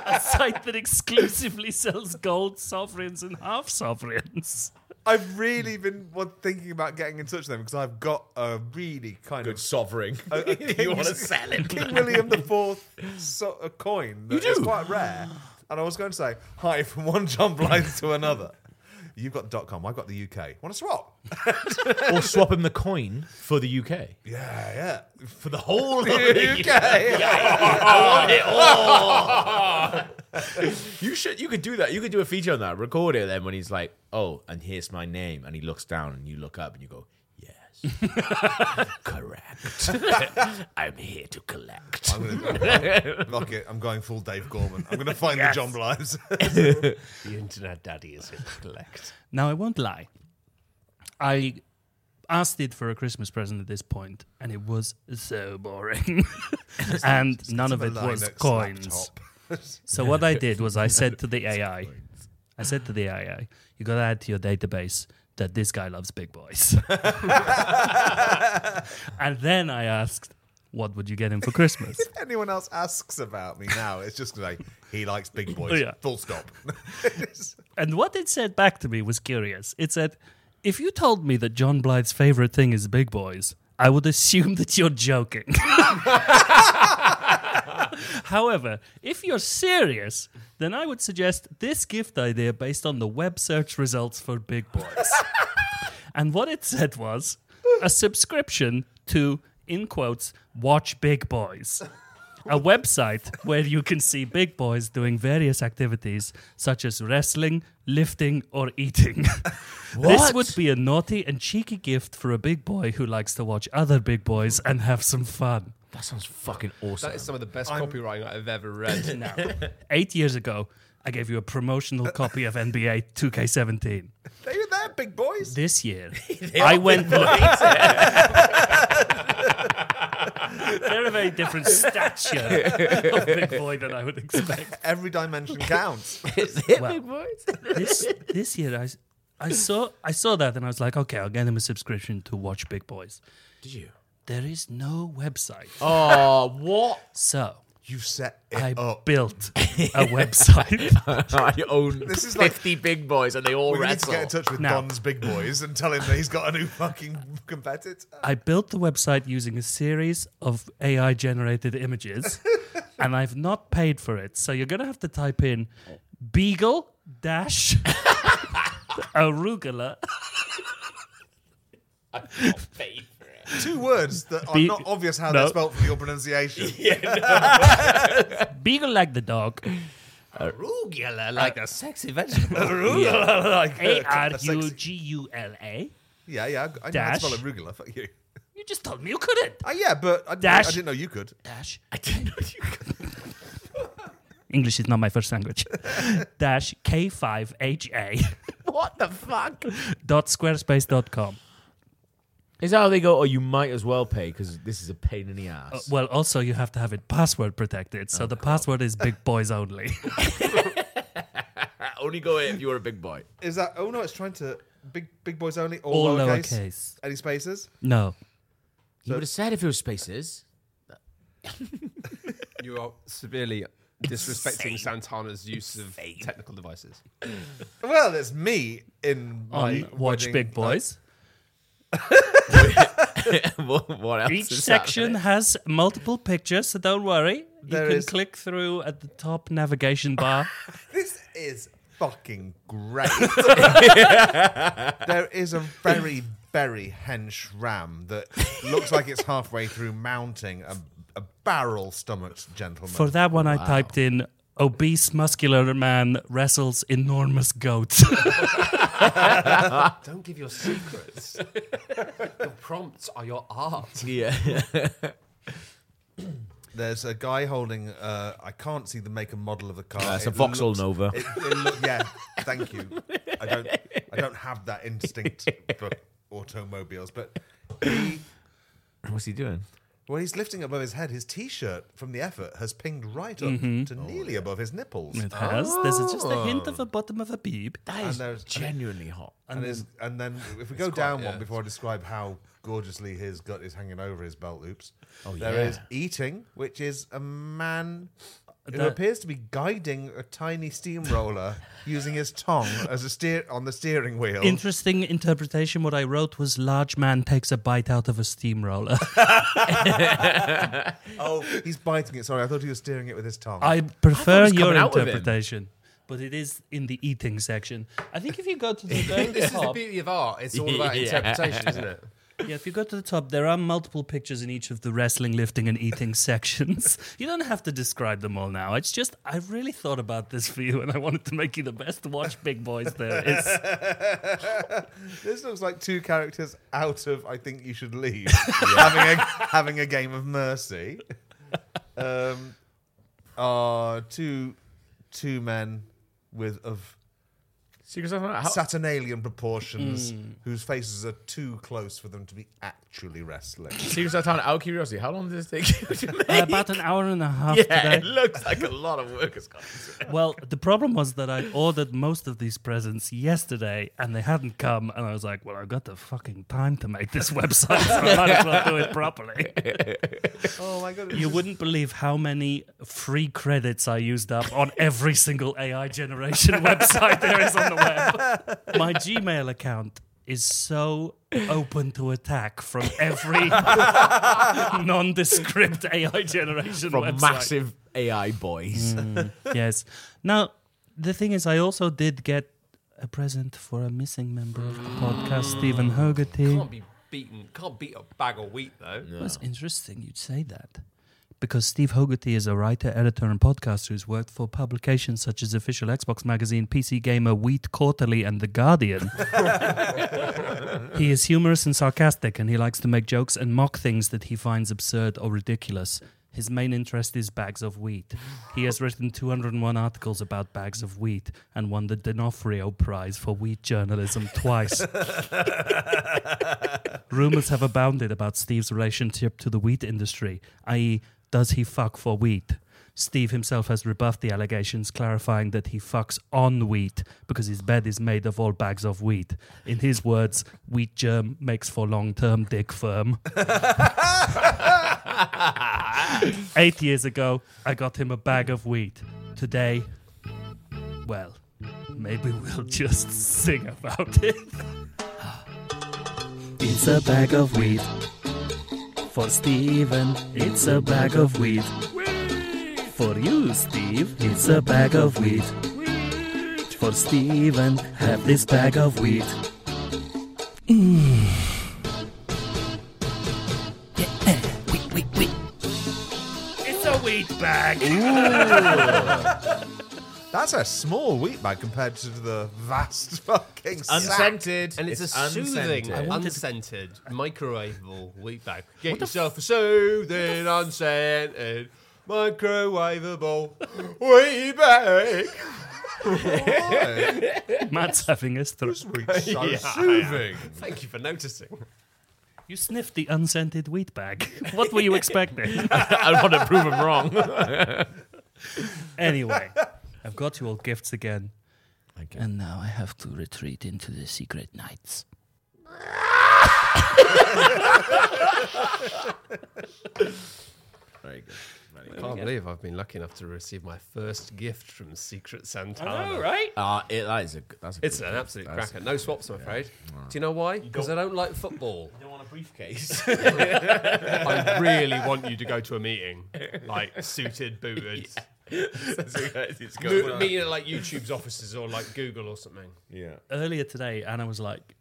C: a site that exclusively sells gold sovereigns and half sovereigns.
D: I've really been what, thinking about getting in touch with them because I've got a really kind
B: Good
D: of
B: sovereign. you
D: King's-
B: want to sell it?
D: King William the Fourth so, a coin that
B: You
D: is
B: do?
D: quite rare. And I was going to say hi from one John Blythe to another. You've got dot .com. I've got the UK. Want to swap?
B: or swap him the coin for the UK.
D: Yeah, yeah.
B: For the whole of
D: UK. yeah.
B: You should. You could do that. You could do a feature on that. Record it. Then when he's like, "Oh, and here's my name," and he looks down, and you look up, and you go, "Yes, correct. I'm here to collect."
D: I'm gonna- Fuck it. I'm going full Dave Gorman. I'm going to find the John Blythes.
A: The internet daddy is here to collect.
C: Now, I won't lie. I asked it for a Christmas present at this point, and it was so boring. and none of it was
D: Linux
C: coins.
D: laptop.
C: So, what I did was I said to the AI, I said to the AI, you got to add to your database that this guy loves big boys. and then I asked, what would you get him for Christmas?
D: Anyone else asks about me now, it's just like he likes big boys.
C: Oh, Yeah.
D: Full stop.
C: And what it said back to me was curious. It said, if you told me that John Blythe's favorite thing is big boys, I would assume that you're joking. However, if you're serious, then I would suggest this gift idea based on the web search results for big boys. and what it said was a subscription to, in quotes, watch big boys a website where you can see big boys doing various activities such as wrestling, lifting, or eating. This would be a naughty and cheeky gift for a big boy who likes to watch other big boys and have some fun.
B: That sounds fucking awesome.
A: That is some of the best copywriting I've ever read.
C: Now, eight years ago, I gave you a
B: Uh,
C: promotional copy of NBA 2K17.
D: they were there, big boys.
C: This year, I went. They're a very different stature of big boy than I would expect.
D: Every dimension counts.
C: this this year I, s- I saw I saw that and I was like, okay, I'll get him a subscription to watch Big Boys.
B: Did you?
C: There is no website,
B: Oh, what?
C: so
D: you set it
C: I
D: up.
C: built a website.
B: I own
D: This is like-
B: big boys, and they all
D: We need to get in touch with
C: Now.
D: Don's big boys and tell him that he's got a new fucking competitor.
C: I built the website using a series of AI generated images, and I've not paid for it. So you're gonna have to type in beagle dash arugula.
D: Two words that are
C: Be-
D: not obvious how
C: No.
D: they're spelt for your pronunciation.
C: Beagle like the dog.
A: Arugula, like a sexy vegetable.
C: A R U G U L A.
D: Yeah, yeah. I know how to
C: Dash.
D: spell arugula. Fuck you.
C: You just told me you couldn't.
D: Uh, yeah, but I, didn't- I
C: Dash.
D: didn't know you could.
C: dash. I didn't know you. English is not my first language. dash K5HA
B: What the fuck?
C: dot squarespace dot com.
B: Is that how they go? Oh, you might as well pay because this is a pain in the ass.
C: Well, also you have to have it password protected,
B: Oh
C: so the password is big boys only.
B: only go in if you were a big boy.
D: Is that? Oh no, it's trying to big big boys only. All,
C: All
D: lowercase.
C: lowercase.
D: Any spaces?
C: No,
B: You would have said if it was spaces.
A: You are severely disrespecting Santana's use of technical devices.
D: Well, it's me in my
C: on watch
D: wedding-
C: big boys.
B: what, what else?
C: Each
B: is
C: section has multiple pictures, so don't worry.
D: There
C: you can
D: is-
C: click through at the top navigation bar.
D: This is fucking great. there is a very, very hench ram that looks like it's halfway through mounting a, a barrel stomached gentleman.
C: For that one, I typed in obese muscular man wrestles enormous goat.
A: Don't give your secrets. your prompts are your art.
B: happening? Yeah.
D: There's a guy holding. Uh, I can't see the make and model of the car.
B: That's a
D: It
B: Vauxhall
D: looks-
B: Nova.
D: It, it look- yeah, thank you. I don't. I don't have that instinct for automobiles, but he,
B: What's he doing?
D: when he's lifting above his head, his t-shirt from the effort has pinged right up to nearly above his nipples. Oh.
C: it has. There's just a hint of the bottom of a beep.
B: Oh. That
D: And
B: is
D: there's-
B: genuinely hot.
D: And, his, and then if we go down
A: yeah.
D: one before I describe how gorgeously his gut is hanging over his belt loops, there is
B: yeah.
D: eating, which is a man who
C: That-
D: appears to be guiding a tiny steamroller using his tongue as a steer on the steering wheel.
C: Interesting interpretation. What I wrote was large man takes a bite out of a steamroller.
D: oh, he's biting it. Sorry, I thought he was steering it with his tongue.
C: I prefer
B: was coming
C: your
B: out with him.
C: interpretation. but it is in the eating section. I think if you go to the very
A: This is the
C: top,
A: beauty of art. It's all about
B: Yeah.
A: interpretation, isn't it?
C: yeah, if you go to the top, there are multiple pictures in each of the wrestling, lifting, and eating sections. You don't have to describe them all now. It's just I really thought about this for you, and I wanted to make you the best watch big boys there is.
D: This looks like two characters out of I Think You Should Leave having, a, having a game of mercy. Um, are two two men with of
B: Secret Santa- how-
D: Saturnalian proportions
C: Hmm.
D: whose faces are too close for them to be actually wrestling.
B: Secret Santana, out of curiosity, how long did this take you to make?
C: Uh, about an hour and a half
B: yeah,
C: today.
B: it looks like a lot of work has gone into it.
C: Well, the problem was that I ordered most of these presents yesterday and they hadn't come. And I was like, well, I've got the fucking time to make this website, so I might as well do it properly.
D: oh my god!
C: You wouldn't believe how many free credits I used up on every single AI generation website there is on the web. My Gmail account is so open to attack from every nondescript AI generation
B: From
C: website.
B: massive AI boys.
A: Hmm.
C: yes. Now, the thing is, I also did get a present for a missing member of the podcast, Stephen Hogarty.
A: Can't be beaten. Can't beat a bag of wheat though.
C: That's interesting you'd say that. Because Steve Hogarty is a writer, editor, and podcaster who's worked for publications such as Official Xbox Magazine, PC Gamer, Wheat Quarterly, and The Guardian. he is humorous and sarcastic, and he likes to make jokes and mock things that he finds absurd or ridiculous. His main interest is bags of wheat. He has written 201 articles about bags of wheat and won the D'Onofrio Prize for wheat journalism twice. Rumors have abounded about Steve's relationship to the wheat industry, i.e., does he fuck for wheat? Steve himself has rebuffed the allegations, clarifying that he fucks on wheat because his bed is made of all bags of wheat. In his words, wheat germ makes for long term dick firm. Eight years ago, I got him a bag of wheat. Today, well, maybe we'll just sing about it. It's a bag of wheat. For Steven, it's a bag of wheat. For you, Steve, it's a bag of wheat. For Steven, have this bag of wheat. Wheat, wheat, wheat. It's a wheat bag.
D: That's a small wheat bag compared to the vast fucking. sack.
B: Unscented.
A: And it's, a soothing,
B: unscented.
A: unscented, microwavable wheat bag. Get yourself a soothing, unscented, microwavable wheat bag.
C: Matt's having a stroke.
D: Wheat's so soothing.
A: Thank you for noticing.
C: You sniffed the unscented wheat bag. What were you expecting?
B: I want to prove him wrong.
C: Anyway, I've got you all gifts again. And now I have to retreat into the secret nights.
B: Very good. Very
A: I
B: good.
A: can't believe I've been lucky enough to receive my first gift from Secret Santana.
C: right?
B: Uh, it, that is a, g- that's a
A: It's
B: good
A: an
B: one.
A: absolute
B: That's-
A: cracker. No swaps, I'm afraid. Do you know why? Because I don't like football.
B: I don't want a briefcase.
A: I really want you to go to a meeting, like suited, booted.
B: it's
A: Mo-
B: going
A: meeting at like YouTube's offices or like Google or something.
B: Yeah.
C: Earlier today, Anna was like,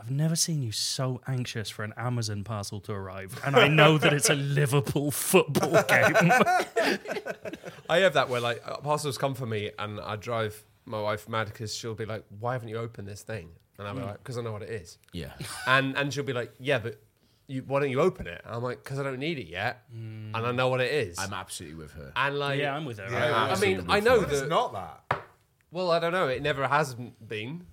C: I've never seen you so anxious for an Amazon parcel to arrive. And I know that it's a Liverpool football game.
A: I have that where like uh, parcels come for me and I drive my wife mad because she'll be like, "Why haven't you opened this thing?" And I'll be like, "Because I know what it is."
B: Hmm. Yeah.
A: And and she'll be like, "Yeah, but you, why don't you open it?" And I'm like, "Because I don't need it yet, and I know what it is."
B: Hmm. I'm absolutely with her.
A: and like,
C: yeah, I'm with her.
A: I,
C: right?
A: I mean, I know
D: It's
A: that.
D: not that.
A: Well, I don't know. It never has been.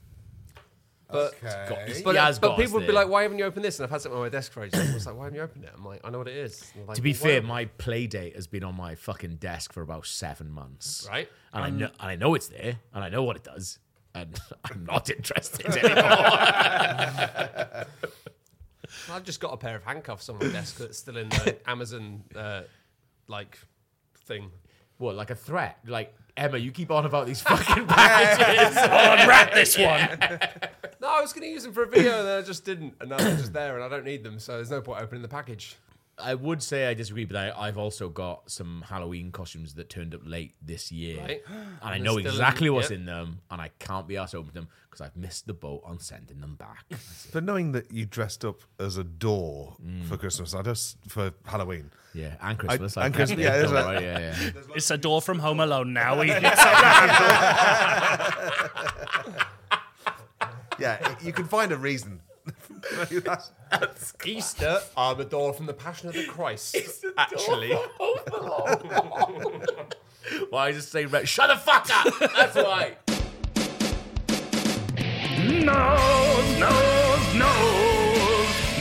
A: But
D: Okay.
A: But,
B: Yeah, it's
A: but
B: got us
A: people would be
B: there.
A: like, "Why haven't you opened this?" And I've had something on my desk for ages. It's like, "Why haven't you opened it?" I'm like, "I know what it is." And they're like,
B: To be
A: "Well,
B: fair,
A: why-
B: my play date has been on my fucking desk for about seven months.
A: Right.
B: And I know and I know it's there and I know what it does. And I'm not interested anymore.
A: I've just got a pair of handcuffs on my desk that's still in the Amazon uh, like thing.
B: what, like a threat? Like, Emma, you keep on about these fucking packages.
C: Unwrap this one.
A: No, I was going to use them for a video and then I just didn't, and now they're just there, and I don't need them, so there's no point opening the package.
B: I would say I disagree, but I, I've also got some Halloween costumes that turned up late this year,
A: Right.
B: and I know
A: still in-
B: exactly what's
A: yep.
B: in them, and I can't be asked to open them because I've missed the boat on sending them back.
D: But knowing that you dressed up as a door for Christmas, I just for Halloween.
B: Mm. yeah, and Christmas,
D: and
B: I've
D: Christmas,
B: missed it,
D: yeah,
B: don't
D: it's like-
B: worry, yeah, yeah.
G: It's a door from Home Alone now. He-
D: Yeah, you can find a reason. That's-
A: Easter are the door from the Passion of the Christ. actually,
B: Why I just say red? Shut the fuck up. That's why.
E: Nose, nose, nose.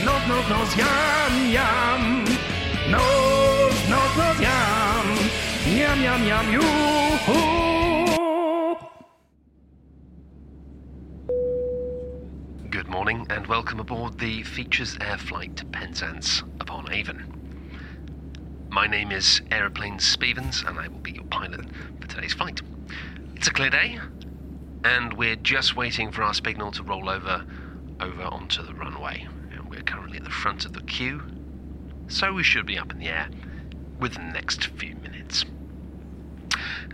E: Nose, nose, nose, yum, yum. Nose, nose, nose, yum. Yum, yum, yum, yoo-hoo.
H: Good morning and welcome aboard the Features Air Flight to Penzance upon Avon. My name is Aeroplane Stevens and I will be your pilot for today's flight. It's a clear day and we're just waiting for our signal to roll over over onto the runway. And we're currently at the front of the queue, so we should be up in the air within the next few minutes.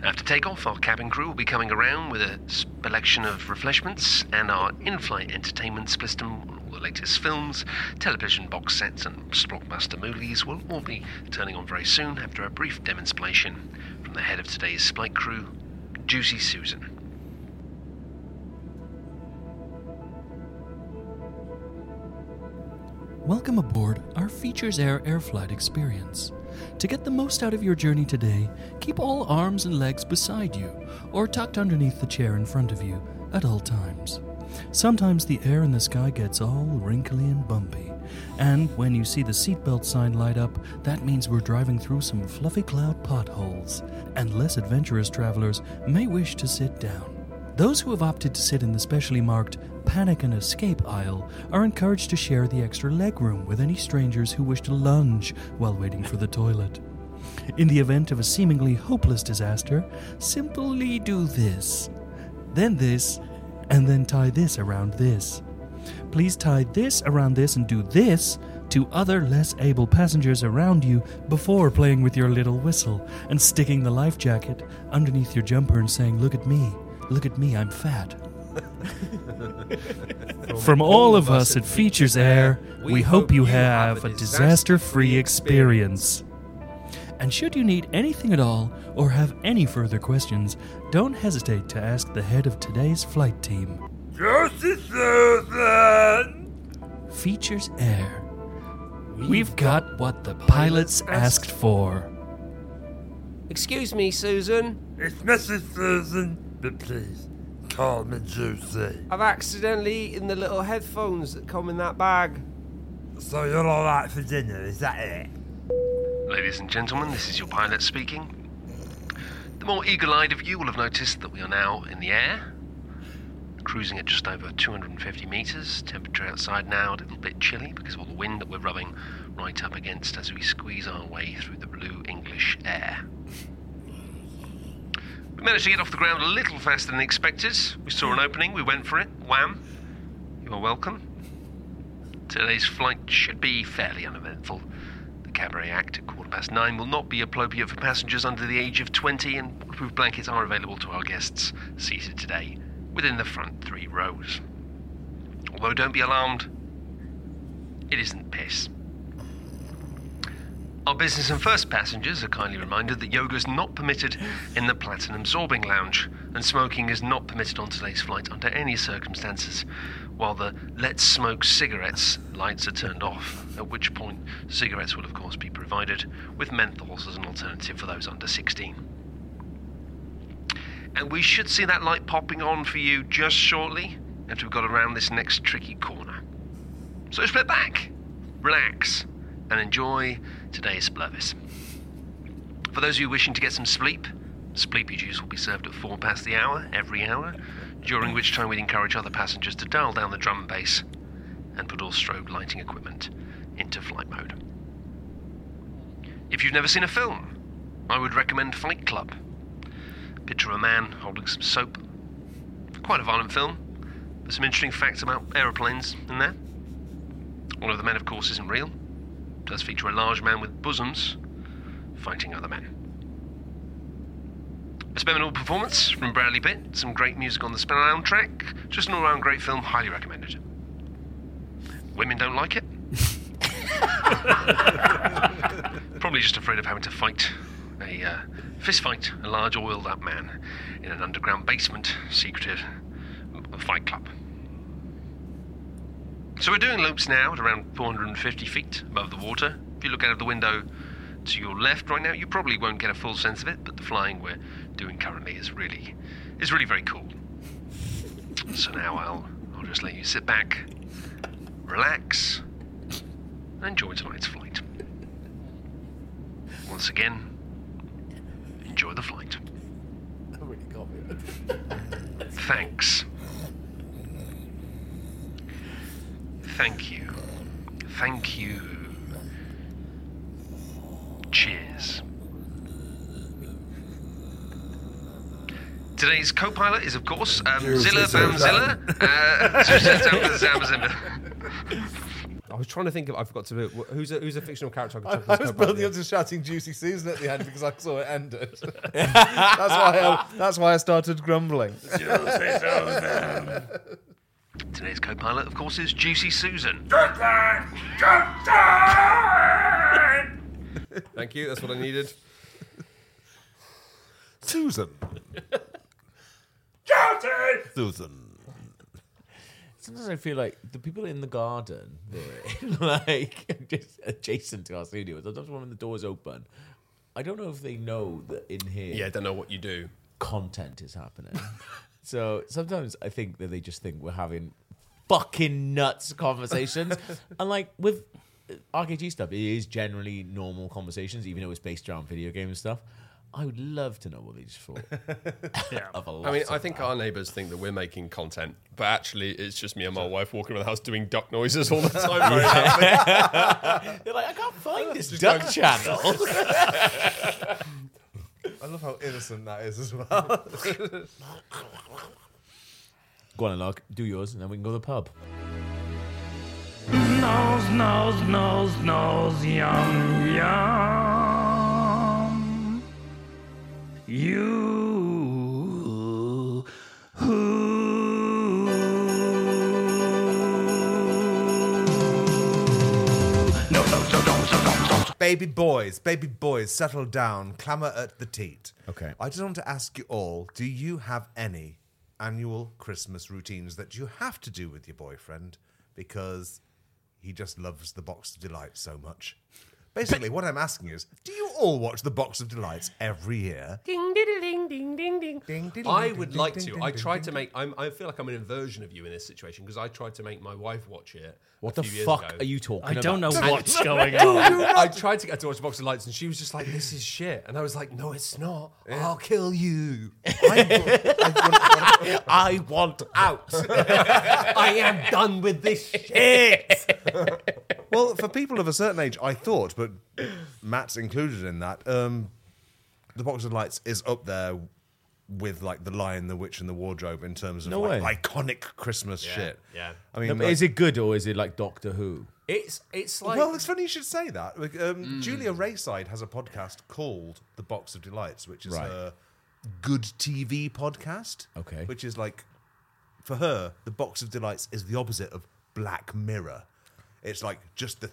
H: After takeoff, our cabin crew will be coming around with a selection of refreshments and our in flight entertainment system on all the latest films, television box sets, and blockbuster movies will all be turning on very soon after a brief demonstration from the head of today's flight crew, Juicy Susan.
C: Welcome aboard our Features Air air flight experience. To get the most out of your journey today, keep all arms and legs beside you or tucked underneath the chair in front of you at all times. Sometimes the air in the sky gets all wrinkly and bumpy, and when you see the seatbelt sign light up, that means we're driving through some fluffy cloud potholes, and less adventurous travelers may wish to sit down. Those who have opted to sit in the specially marked panic and escape aisle are encouraged to share the extra legroom with any strangers who wish to lunge while waiting for the toilet. In the event of a seemingly hopeless disaster, simply do this, then this, and then tie this around this. Please tie this around this and do this to other less able passengers around you before playing with your little whistle and sticking the life jacket underneath your jumper and saying, Look at me, look at me, I'm fat. From all of us at Features Air, we hope you have a disaster free experience. And should you need anything at all or have any further questions, don't hesitate to ask the head of today's flight team. Features Air. We've got what the pilots asked for.
H: Excuse me, Susan.
I: It's Mrs. Susan, but please call me Juicy.
A: I've accidentally eaten the little headphones that come in that bag.
I: So Oh, you're all right for dinner, is that it?
H: Ladies and gentlemen, this is your pilot speaking. The more eagle eyed of you will have noticed that we are now in the air, cruising at just over 250 metres. Temperature outside now a little bit chilly because of all the wind that we're rubbing right up against as we squeeze our way through the blue English air. We managed to get off the ground a little faster than expected. We saw an opening, we went for it. Wham! You are welcome. Today's flight should be fairly uneventful. The cabaret act at quarter past nine will not be appropriate for passengers under the age of 20, and waterproof blankets are available to our guests seated today within the front three rows. Although don't be alarmed, it isn't piss. Our business and first passengers are kindly reminded that yoga is not permitted in the Platinum Sorbing Lounge, and smoking is not permitted on today's flight under any circumstances, while the Let's Smoke Cigarettes lights are turned off, at which point cigarettes will, of course, be provided with menthols as an alternative for those under 16. And we should see that light popping on for you just shortly after we've got around this next tricky corner. So split back, relax, and enjoy today's blurvis. For those of you wishing to get some sleep, sleepy juice will be served at four past the hour every hour, during which time we'd encourage other passengers to dial down the drum and bass and put all strobe lighting equipment into flight mode. If you've never seen a film, I would recommend Fight Club. Picture a man holding some soap. Quite a violent film. There's some interesting facts about aeroplanes in there. One of the men, of course, isn't real. does feature a large man with bosoms fighting other men. A Seminal performance from Bradley Pitt, some great music on the soundtrack, just an all round great film, highly recommended. Women don't like it. Probably just afraid of having to fight a uh, fist fight, a large oiled up man in an underground basement, secretive m- fight club. So we're doing loops now at around 450 feet above the water. If you look out of the window to your left right now, you probably won't get a full sense of it, but the flying we're doing currently is really is really very cool. so now I'll I'll just let you sit back, relax, and enjoy tonight's flight. Once again, enjoy the flight. Thanks. Thank you. Thank you. Cheers. Today's co pilot is, of course, um, Zilla Bamzilla. Uh,
A: I was trying to think of. I forgot to do. it. Who's a, who's a fictional character?
D: I,
A: I,
D: I was building up to shouting "Juicy Susan" at the end because I saw it ended. that's why. I, that's why I started grumbling.
H: Today's co pilot, of course, is Juicy Susan.
A: Thank you. That's what I needed.
D: Susan. Susan.
B: Sometimes I feel like the people in the garden, they're like just adjacent to our studio. Sometimes when the doors open, I don't know if they know that in here
A: Yeah, I don't know what you do.
B: content is happening. so sometimes I think that they just think we're having fucking nuts conversations. and like with RKG stuff, it is generally normal conversations, even though it's based around video game and stuff. I would love to know what they just thought of a lot.
A: I mean,
B: of
A: I think
B: that.
A: our neighbours think that we're making content, but actually, it's just me and my wife walking around the house doing duck noises all the time. Very loudly.
B: they're like, I can't find this duck channel.
D: I love how innocent that is as well.
B: go on, Alok, do yours, and then we can go to the pub.
E: Nose, nose, nose, nose, yum, yum. You. No, no, no, no, no, no, no.
D: baby boys, baby boys, settle down. Clamour at the teat.
B: Okay.
D: I just want to ask you all: Do you have any annual Christmas routines that you have to do with your boyfriend because he just loves the Box of Delights so much? Basically, what I'm asking is, do you all watch the Box of Delights every year?
J: Ding ding ding ding ding ding.
D: Ding, ding,
A: I
D: ding,
A: would
D: ding,
A: like
D: ding,
A: to.
D: ding,
A: I
D: ding,
A: tried
D: ding,
A: to make. I'm, I feel like I'm an inversion of you in this situation because I tried to make my wife watch it.
B: What
A: a
B: the
A: few years
B: fuck
A: ago.
B: are you talking
C: I
B: about?
C: don't know what's going on.
A: I tried to get her to watch Box of Lights, and she was just like, "This is shit," and I was like, "No, it's not. I'll kill you.
B: I want out.
A: I am done with this shit."
D: Well, for people of a certain age, I thought, but Matt's included in that. Um, the Box of Lights is up there with like the Lion, the Witch, and the Wardrobe in terms of
B: No
D: like,
B: way.
D: iconic Christmas shit.
A: yeah.
D: I mean,
B: No, but
D: like-
B: is it good or is it like Doctor Who?
A: It's it's like
D: well, it's funny you should say that. Like, Um,
B: Mm.
D: Julia Rayside has a podcast called The Box of Delights, which is
B: Right.
D: her good TV podcast.
B: Okay.
D: which is like for her, The Box of Delights is the opposite of Black Mirror. It's like just the.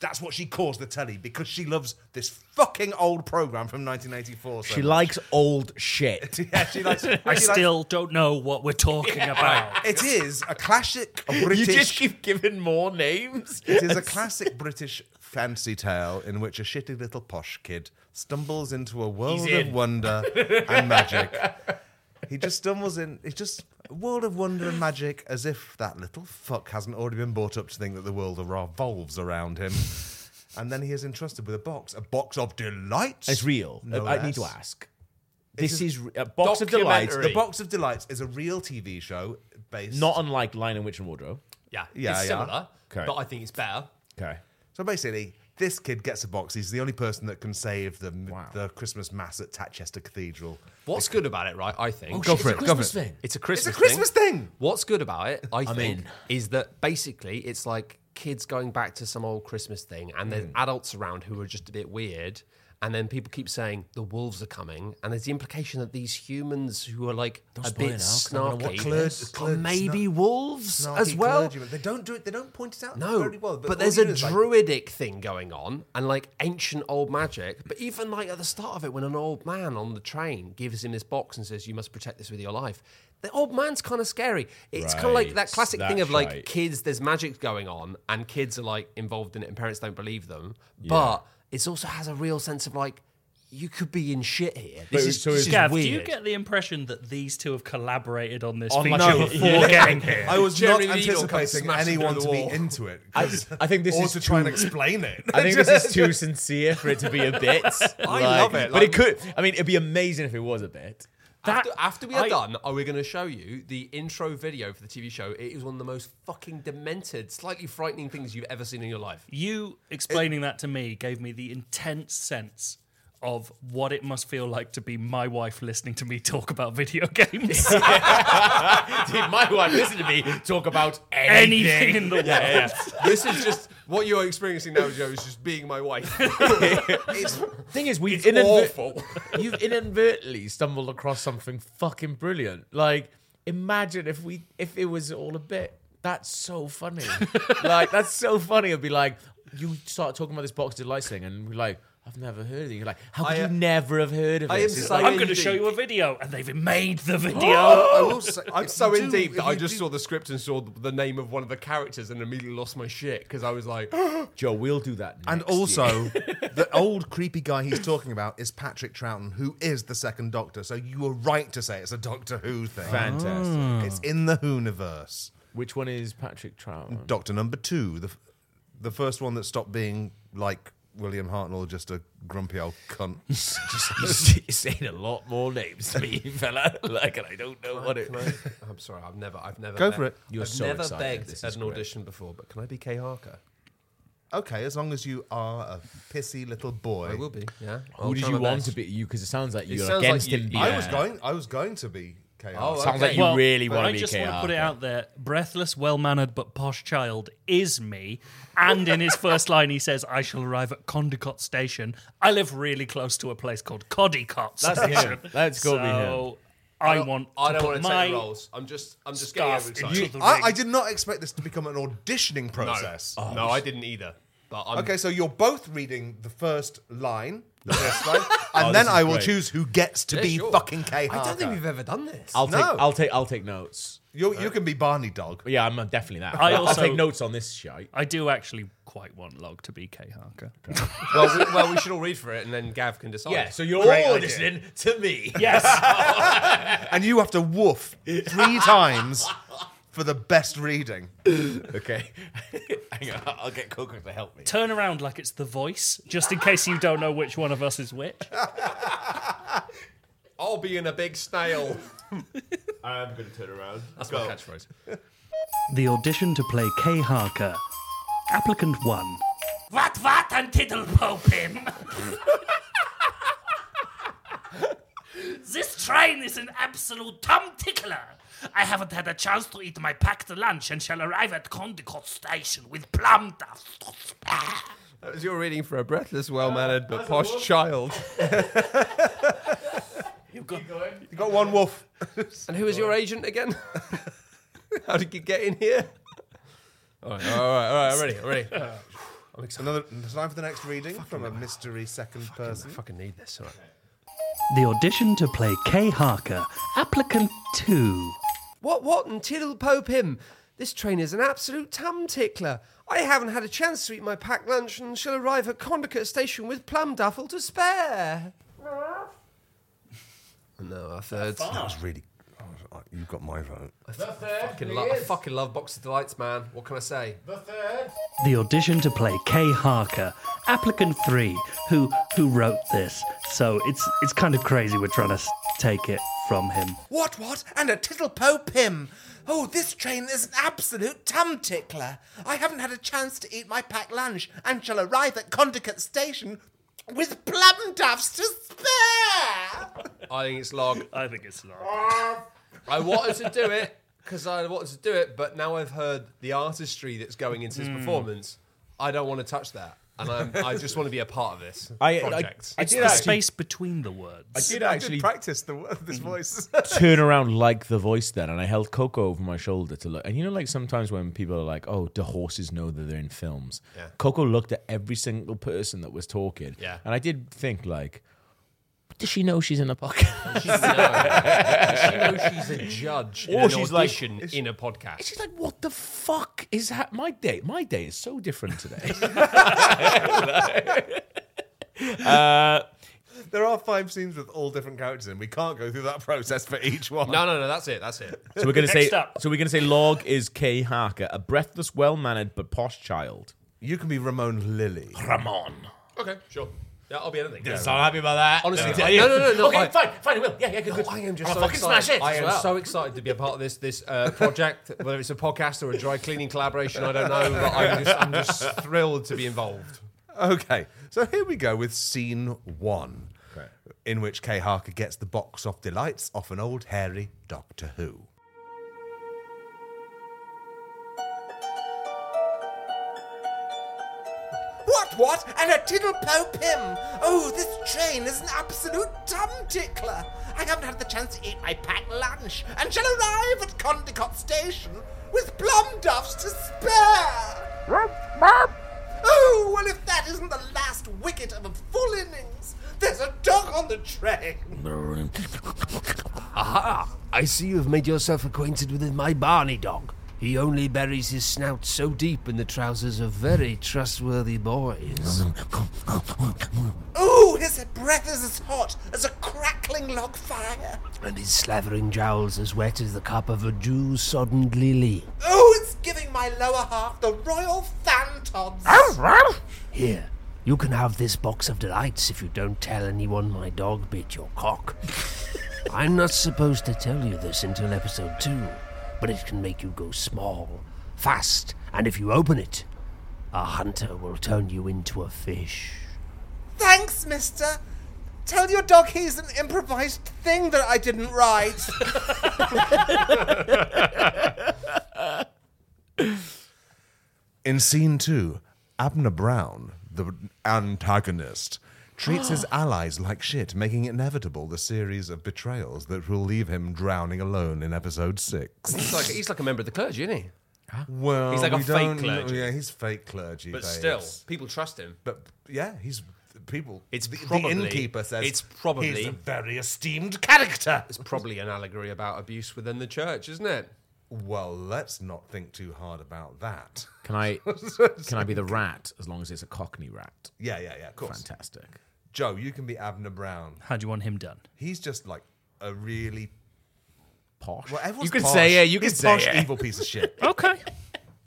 D: That's what she calls the telly because she loves this fucking old program from 1984. So
B: She
D: much.
B: likes old shit.
D: Yeah, she likes. she
C: I
D: likes-
C: still don't know what we're talking about.
D: It is a classic British.
B: You just keep giving more names.
D: It is a classic British fancy tale in which a shitty little posh kid stumbles into a world of wonder and magic. He just stumbles in. It's just a world of wonder and magic, as if that little fuck hasn't already been brought up to think that the world revolves around him. And then he is entrusted with a box, a box of delights.
B: It's real.
D: No
B: I I need to
D: less.
B: ask. This is re- a box of delights,
D: The
B: the
D: Box of Delights is a real TV show based.
B: not unlike Lion and Witch and Wardrobe.
A: yeah,
D: Yeah,
A: it's
D: yeah.
A: similar,
B: Okay.
A: but I think it's better.
B: Okay.
D: So basically, this kid gets a box. He's the only person that can save the the Christmas mass at Tatchester Cathedral.
A: What's good about it, right? I think
B: Go for it. Go for it.
A: It's a Christmas.
D: Christmas thing.
A: What's good about it, I think,
B: in.
A: is that basically it's like kids going back to some old Christmas thing, and
B: Mm.
A: there's adults around who are just a bit weird. And then people keep saying the wolves are coming, and there's the implication that these humans who are like
F: Don't
A: a
F: spoil
A: bit
F: it now, 'cause I don't know what
A: snarky
F: clergy-
A: are
F: clergy-
A: maybe
F: snar-
A: wolves
F: snarky
A: as well.
F: clergymen. They don't do it. They don't point it out
A: No,
F: very well.
A: but,
F: all
A: there's
F: you
A: a
F: know is, like,
A: druidic thing going on and like ancient old magic. But even like at the start of it, when an old man on the train gives him this box and says, "You must protect this with your life," the old man's kind of scary. It's kind of like
B: Right,
A: that classic thing
B: that's
A: of like
B: right.
A: kids. There's magic going on, and kids are like involved in it, and parents don't believe them. But it also has a real sense of like. You could be in shit here. This is, this is
C: Gav,
A: weird.
C: do you get the impression that these two have collaborated on this
B: On
C: feature
B: my show.
C: before
B: Yeah.
C: getting here?
D: I was
B: Jeremy
D: not
B: Needle comes
D: anticipating
B: smashing
D: anyone
B: through
D: to
B: the
D: be
B: wall.
D: into it.
B: I,
D: 'cause-
B: I think this
D: or
B: is
D: to
B: too,
D: try and explain it.
B: I think this is too sincere for it to be a bit.
A: I love it,
B: but
A: like-
B: it could. I mean, it'd be amazing if it was a bit.
A: after, after we are
C: I-
A: done, are we going to show you the intro video for the TV show? It is one of the most fucking demented, slightly frightening things you've ever seen in your life.
C: You explaining that to me gave me the intense sense of what it must feel like to be my wife listening to me talk about video games.
B: Did my wife listen to me talk about anything,
C: Anything in the world.
B: Yeah,
A: This is just what you're experiencing now, Joe. Is just being my wife.
B: yeah. Thing is, we
A: It's awful.
B: You've inadvertently stumbled across something fucking brilliant. Like, imagine if we if it was all a bit. That's so funny. like, that's so funny. It'd be like you start talking about this box delights thing, and we're like. I've never heard of it. You're like, how could
A: I,
B: you
A: uh,
B: never have heard of
A: I
B: it?
A: am
B: It's
A: so
B: like- Oh!
C: I'm going to show you a video, and they've made the video.
A: Oh,
D: I will say,
A: I'm
D: if
A: so
D: you
A: in
D: do-
A: deep that
D: if
A: I
D: you
A: just
D: do-
A: saw the script and saw the name of one of the characters and immediately lost my shit because I was like,
B: Joe, we'll do that.
D: And
B: next year.
D: also, the old creepy guy he's talking about is Patrick Troughton, who is the second Doctor. So you were right to say it's a Doctor Who thing.
B: fantastic.
D: It's in the Hooniverse.
B: Which one is Patrick Trout?
D: Doctor number two, the f- the first one that stopped being like William Hartnell, just a grumpy old cunt.
B: You're saying a lot more names to me, fella. Like, and I don't know what it.
A: Can I- I'm sorry, I've never, I've never.
D: Go
A: begged-
D: for it.
B: You're
A: I've
B: so
A: never
B: excited.
A: begged
B: This
A: at
B: is
A: an
B: great.
A: audition before, but can I be K Harker?
D: okay, as long as you are a pissy little boy.
A: I will be. Yeah. I'll
B: Who did
A: try
B: you
A: my
B: want
A: best.
B: to be? You because it sounds like you're
A: sounds like
B: against
A: you-
B: him.
A: you-
B: being
D: I was
B: there.
D: going. I was going to be KR.
A: Oh,
B: Sounds
A: Okay.
B: like you
C: Well,
B: really
C: but
B: want
C: I
B: to be
C: just
B: KR.
C: want to put it out there. Breathless, well mannered, but posh child is me. And in his first line, he says, I shall arrive at Condicott Station. I live really close to a place called Codicott
B: That's
C: Station.
B: him. Let's go
C: so
B: be him. Oh,
C: I, want
A: I don't
C: to
A: want
C: put
A: to take
C: my
A: roles. I'm just, I'm just getting
C: staff
A: overexcited.
C: into the
D: I,
C: ring.
D: I did not expect this to become an auditioning process.
A: No, I didn't either. But I'm
D: Okay, so you're both reading the first line, the first line, and
B: Oh,
D: then
B: this is
D: I will
B: great.
D: choose who gets to
A: Yeah,
D: be
A: sure.
D: fucking K.
A: I don't
D: Harker.
A: think we've ever done this.
B: I'll
D: No.
B: take. I'll take. I'll take notes.
D: You, you can be Barney Dog.
B: But yeah, I'm uh, definitely that.
C: I
B: I will
C: also-
B: take notes on this shite.
C: I do actually quite want Log to be K Harker.
A: well, we, well, we should all read for it, and then Gav can decide.
B: Yeah, so you're
D: Great
B: all
D: idea.
B: listening to me.
C: yes.
D: And you have to woof three times for the best reading.
B: Okay. Hang on, I'll get Coco to help me.
C: Turn around like it's the voice, just in case you don't know which one of us is which.
A: I'll be in a big snail.
B: I am going to turn around.
A: That's my catchphrase.
K: The audition to play Kay Harker. Applicant 1.
C: What, what, and tiddle pope him? this train is an absolute tum tickler. I haven't had a chance to eat my packed lunch and shall arrive at Condicott Station with plum dust.
A: That was your reading for a breathless, well-mannered but posh child.
D: You got one woof.
A: And who is your agent again? How did you get in here? All right, all right, all right. I'm ready. I'm ready.
D: Another time for the next reading from a mystery second person.
A: I fucking need this. All right.
K: The audition to play Kay Harker. Applicant 2.
A: What, what, and tiddle pope him? This train is an absolute tum tickler. I haven't had a chance to eat my packed lunch and shall arrive at Condicott Station with plum duffel to spare. No, our third.
D: That was really. oh, You've got my vote.
A: Fucking lo- I fucking love Box of Delights, man. What can I say?
K: The audition to play Kay Harker. Applicant 3. Who who wrote this? So it's it's kind of crazy we're trying to s- take it from him.
D: What, what? And a tittle pope him! Oh, this train is an absolute tum tickler. I haven't had a chance to eat my packed lunch and shall arrive at Condicott Station with plum duffs to spare!
A: I think it's log.
C: I think it's not.
A: I wanted to do it. because I wanted to do it, but now I've heard the artistry that's going into his
B: Mm.
A: performance. I don't want to touch that, and I'm, I just want to be a part of this
B: I- I-
A: project.
B: I It's did the actually- space
C: between the words.
B: I did actually-
D: practice the word,
A: Mm.
D: this voice.
B: turn around like the voice then, and I held Coco over my shoulder to look. And you know, like sometimes when people are like, "Oh, the horses know that they're in films."
A: Yeah.
B: Coco looked at every single person that was talking.
A: Yeah.
B: and I did think like, does she know she's in a podcast?
A: She knows. She knows she's a judge in
B: Or
A: an
B: she's like-
A: audition in a podcast.
B: She's like, what the fuck is that? My day, my day is so different today. uh,
D: there are five scenes with all different characters, and we can't go through that process for each one.
A: No, no, no. That's it. That's it.
B: so we're gonna say, so we're gonna say, Log is Kay Harker, a breathless, well-mannered but posh child.
D: You can be Ramon Lilly.
B: Ramon.
A: Okay, sure. Yeah, I'll be anything.
B: Yeah, so I'm happy about that.
A: Honestly,
B: Yeah.
A: I- no, no, no, no.
B: Okay,
A: I,
B: fine, fine, I will. Yeah, yeah, good,
A: No,
B: good.
A: I am just
B: I'll
A: so
B: fucking
A: excited.
B: smash it
A: I
B: as
A: am
B: well.
A: so excited to be a part of this this uh, project, whether it's a podcast or a dry cleaning collaboration. I don't know, but I'm just, I'm just thrilled to be involved.
D: Okay, so here we go with scene one,
A: Okay.
D: in which Kay Harker gets the box of delights off an old hairy Doctor Who.
L: What, what? And a tiddle po pim! Oh, this train is an absolute tum tickler! I haven't had the chance to eat my packed lunch and shall arrive at Condicott Station with plumduffs to spare! Oh, well, if that isn't the last wicket of a full innings, there's a dog on the train!
E: Aha! I see you've made yourself acquainted with my Barney dog. He only buries his snout so deep in the trousers of very trustworthy boys.
D: Mm,
L: Oh, his breath is as hot as a crackling log fire!
E: And his slavering jowls as wet as the cup of a Jew sodden lily.
L: Oh, it's giving my lower half the royal phantobs!
E: Here, you can have this box of delights if you don't tell anyone my dog bit your cock. I'm not supposed to tell you this until episode two, but it can make you go small, fast, and if you open it, a hunter will turn you into a fish.
L: Thanks, mister. Tell your dog he's an improvised thing that I didn't write.
D: In scene two, Abner Brown, the antagonist, treats his allies like shit, making inevitable the series of betrayals that will leave him drowning alone in episode six.
A: He's like he's like a member of the clergy, isn't he?
D: Well,
A: he's like a
D: we
A: fake
D: don't know-
A: clergy,
D: Yeah, he's fake clergy,
A: but
D: babes.
A: still, people trust him.
D: But yeah, he's people.
A: It's
D: the,
A: probably
D: the innkeeper says
A: it's probably
D: he's a very esteemed character.
A: It's probably an allegory about abuse within the church, isn't it?
D: Well, let's not think too hard about that.
B: Can I can I be the rat as long as it's a cockney rat?
D: Yeah, yeah, yeah. Of course.
B: Fantastic.
D: Joe, you can be Abner Brown.
C: How do you want him done?
D: He's just like a really
B: posh.
D: Well, everyone's
B: You can
D: posh.
B: say it, you
D: He's
B: can say
D: posh,
B: it.
D: evil piece of shit.
C: okay.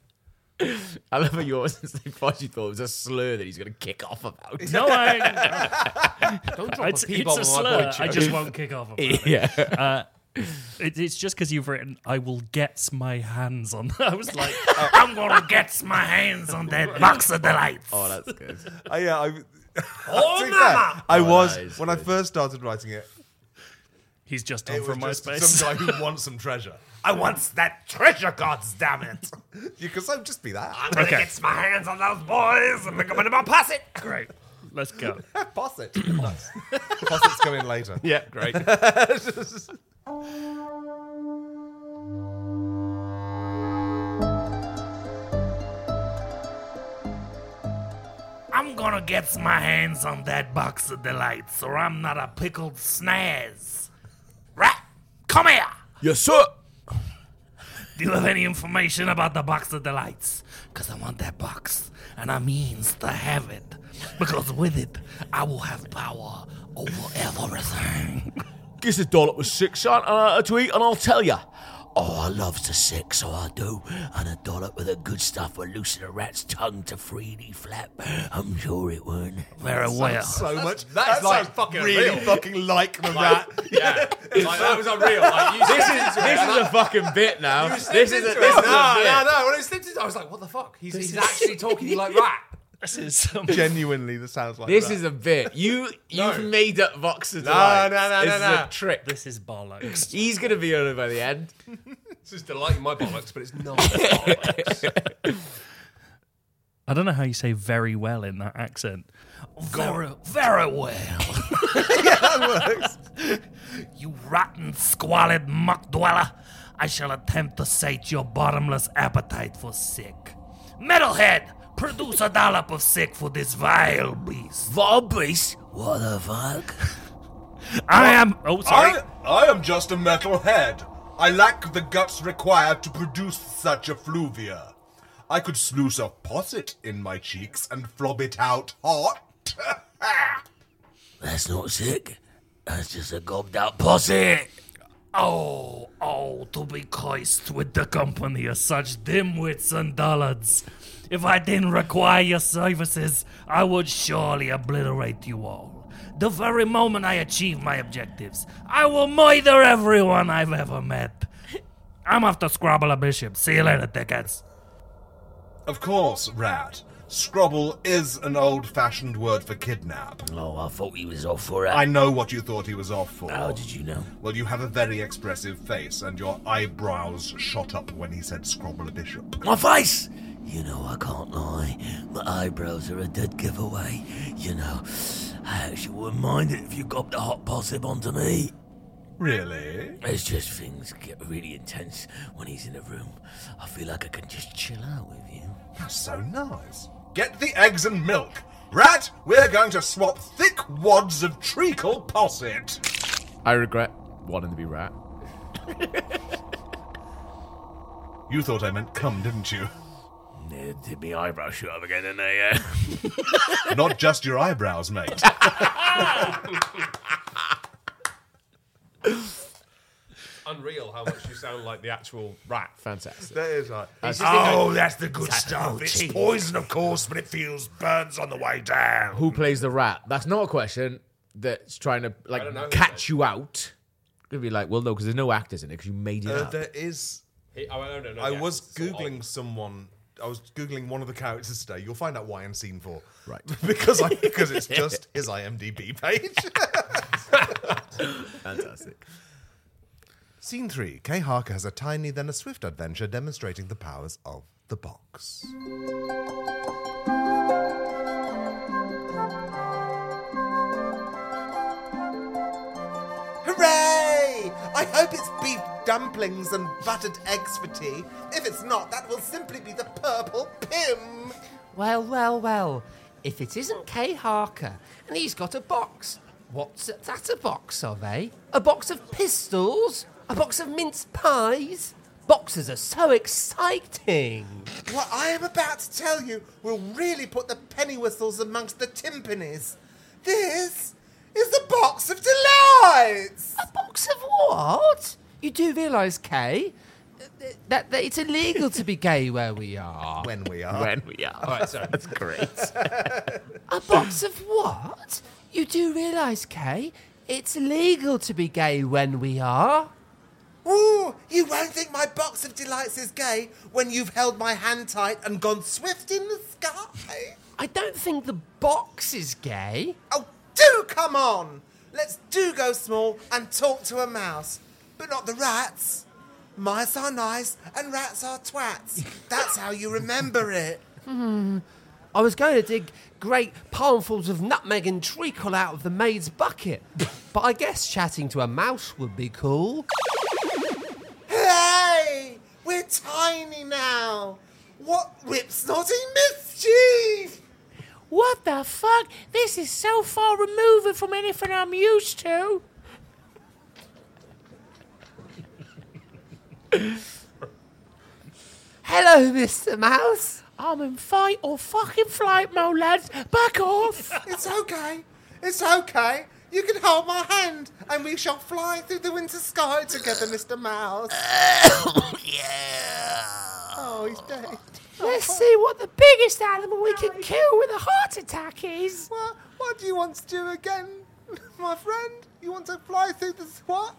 B: I love how you always say posh. You thought it was a slur that he's going to kick off about.
C: No, I.
A: Don't
B: drop a
C: it's,
B: P-bomb
C: it's a
B: on my
C: slur.
B: boy,
C: I
B: Joe.
C: just won't kick off. About it.
B: Yeah.
C: Uh, it, it's just because you've written, I will get my hands on that. I was like,
B: oh.
C: "Um, I'm going to get my hands on that box of delights.
B: Oh, that's good.
D: I, yeah, I,
C: Oh,
D: to be
C: mama!
D: fair, I
C: Oh,
D: was
C: that is
D: when I first started writing it.
C: He's just
D: it
C: done from
D: was
C: MySpace.
D: just Some guy who wants some treasure.
C: I want
D: that treasure, gods damn it! you can so just be that.
C: I'm gonna Okay. get
D: my hands on those boys and make them into my posset.
C: Great. Let's go.
D: posset. Nice. Posset's coming later.
B: Yeah, great.
E: I'm gonna get my hands on that box of delights, or I'm not a pickled snaz. Rat, come here!
B: Yes, sir!
E: Do you have any information about the box of delights? Because I want that box, and I means to have it. Because with it, I will have power over everything.
B: Guess a dollop was six on uh, a tweet, and I'll tell you.
E: Oh, I love to sick, so I do. And a dollop with the good stuff will loosen a rat's tongue to 3D flap. I'm sure it won't. Very well.
D: Sounds So much.
A: That's
D: that
A: like
D: sounds
A: fucking
D: really
A: real.
D: fucking like the
A: Like,
D: rat.
A: yeah. Like, that was unreal. Like, you
B: this
A: slipped
B: is
A: into it.
B: this is a fucking bit now.
A: You
B: This is a,
A: slipped
B: this is
A: into
B: a
A: it. no,
B: bit.
A: no, no. When it slipped into, I was like, what the fuck? He's, he's actually talking like that.
C: This is some
D: Genuinely, this sounds like
B: This
D: that.
B: is a bit. You you've made up Vox of
D: No,
B: Delights.
D: no, no,
B: This
D: no,
B: is
D: no.
B: a trick.
C: This is bollocks.
B: He's gonna be on it by the end.
H: This is delighting my bollocks, but it's not bollocks.
C: I don't know how you say very well in that accent.
E: Very, very well.
C: yeah, that
E: works. You rotten, squalid muck dweller. I shall attempt to sate your bottomless appetite for sick. Metalhead, produce a dollop of sick for this vile beast. Vile beast? What the fuck? I am. Oh, sorry.
D: I, I am just a metal head. I lack the guts required to produce such effluvia. I could sluice a posset in my cheeks and flob it out hot.
E: That's not sick. That's just a gobbed out posse. Oh, oh, to be coist with the company of such dimwits and dullards. If I didn't require your services, I would surely obliterate you all. The very moment I achieve my objectives, I will murder everyone I've ever met. I'm off to Scrabble a bishop. See you later, dickheads.
D: Of course, rat. Scrobble is an old-fashioned word for kidnap.
E: Oh, I thought he was off for it.
D: I know what you thought he was off for.
E: How did you know?
D: Well, you have a very expressive face, and your eyebrows shot up when he said Scrobble a Bishop.
E: My face! You know, I can't lie. My eyebrows are a dead giveaway. You know, I actually wouldn't mind it if you got the hot possum onto me.
D: Really?
E: It's just things get really intense when he's in a room. I feel like I can just chill out with you.
D: That's so nice. Get the eggs and milk. Rat, we're going to swap thick wads of treacle posset.
B: I regret wanting to be rat.
D: You thought I meant cum, didn't you?
E: Yeah, did me eyebrow shoot up again, didn't they? Yeah.
D: Not just your eyebrows, mate.
H: Unreal how much you sound like the actual rat.
B: Fantastic.
M: That is like.
N: Oh, that's the good stuff. It's poison, of course, but it feels burns on the way down.
B: Who plays the rat? That's not a question that's trying to
H: don't know who
B: like catch you out. Gonna be like, well, no, because there's no actors in it because you made it
M: Uh,
B: up.
M: there is.
H: He- oh, I don't know,
M: I
H: yeah,
M: was
H: it's sort of
M: googling someone. I was googling one of the characters today. You'll find out why in scene four,
B: Right.
M: because I because it's just his IMDb page.
B: Fantastic.
M: Scene three. Kay Harker has a tiny, then a swift adventure demonstrating the powers of the box.
L: Hooray! I hope it's beef dumplings and buttered eggs for tea. If it's not, that will simply be the purple pim.
A: Well, well, well. If it isn't Kay Harker, and he's got a box. What's that a box of, eh? A box of pistols? A box of mince pies? Boxes are so exciting.
L: What I am about to tell you will really put the penny whistles amongst the timpanis. This is the box of delights!
A: A box of what? You do realise, Kay, th- that, that it's illegal to be gay where we are.
M: When we are.
B: When we are.
H: All right, sorry.
B: That's great.
A: A box of what? You do realise, Kay, it's legal to be gay when we are.
L: Ooh, you won't think my box of delights is gay when you've held my hand tight and gone swift in the sky.
A: I don't think the box is
O: Eh?
A: gay.
L: Oh, do come on! Let's do go small and talk to a mouse, but not the rats. Mice are nice and rats are twats. That's how you remember it.
A: Hmm. I was going to dig great palmfuls of nutmeg and treacle out of the maid's bucket, but I guess chatting to a mouse would be cool.
L: Hey, we're tiny now. What ripsnotty mischief!
O: What the fuck? This is so far removed from anything I'm used to.
A: Hello, Mr. Mouse.
O: I'm in fight or fucking flight mode, lads. Back off.
L: It's okay. It's okay. You can hold my hand, and we shall fly through the winter sky together, Mr. Mouse. Oh, he's dead.
O: Let's see what the biggest animal we can kill with a heart attack is.
L: What? What do you want to do again, my friend? You want to fly through the what?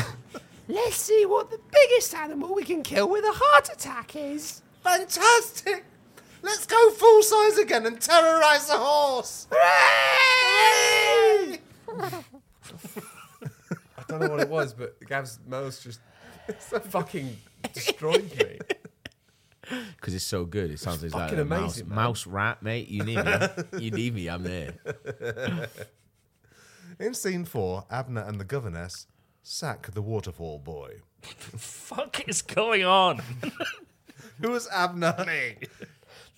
O: Let's see what the biggest animal we can kill with a heart attack is.
L: Fantastic! Let's go full size again and terrorize the horse. Hooray!
H: I don't know what it was, but Gav's mouth just fucking
A: destroyed me.
B: because it's so good. It sounds like
A: fucking
B: a mouse,
A: amazing, man.
B: mouse rat, mate. You need me. you need me. I'm there.
D: In scene four, Abner and the governess sack the waterfall boy.
C: Fuck is going on?
D: Who is Abner?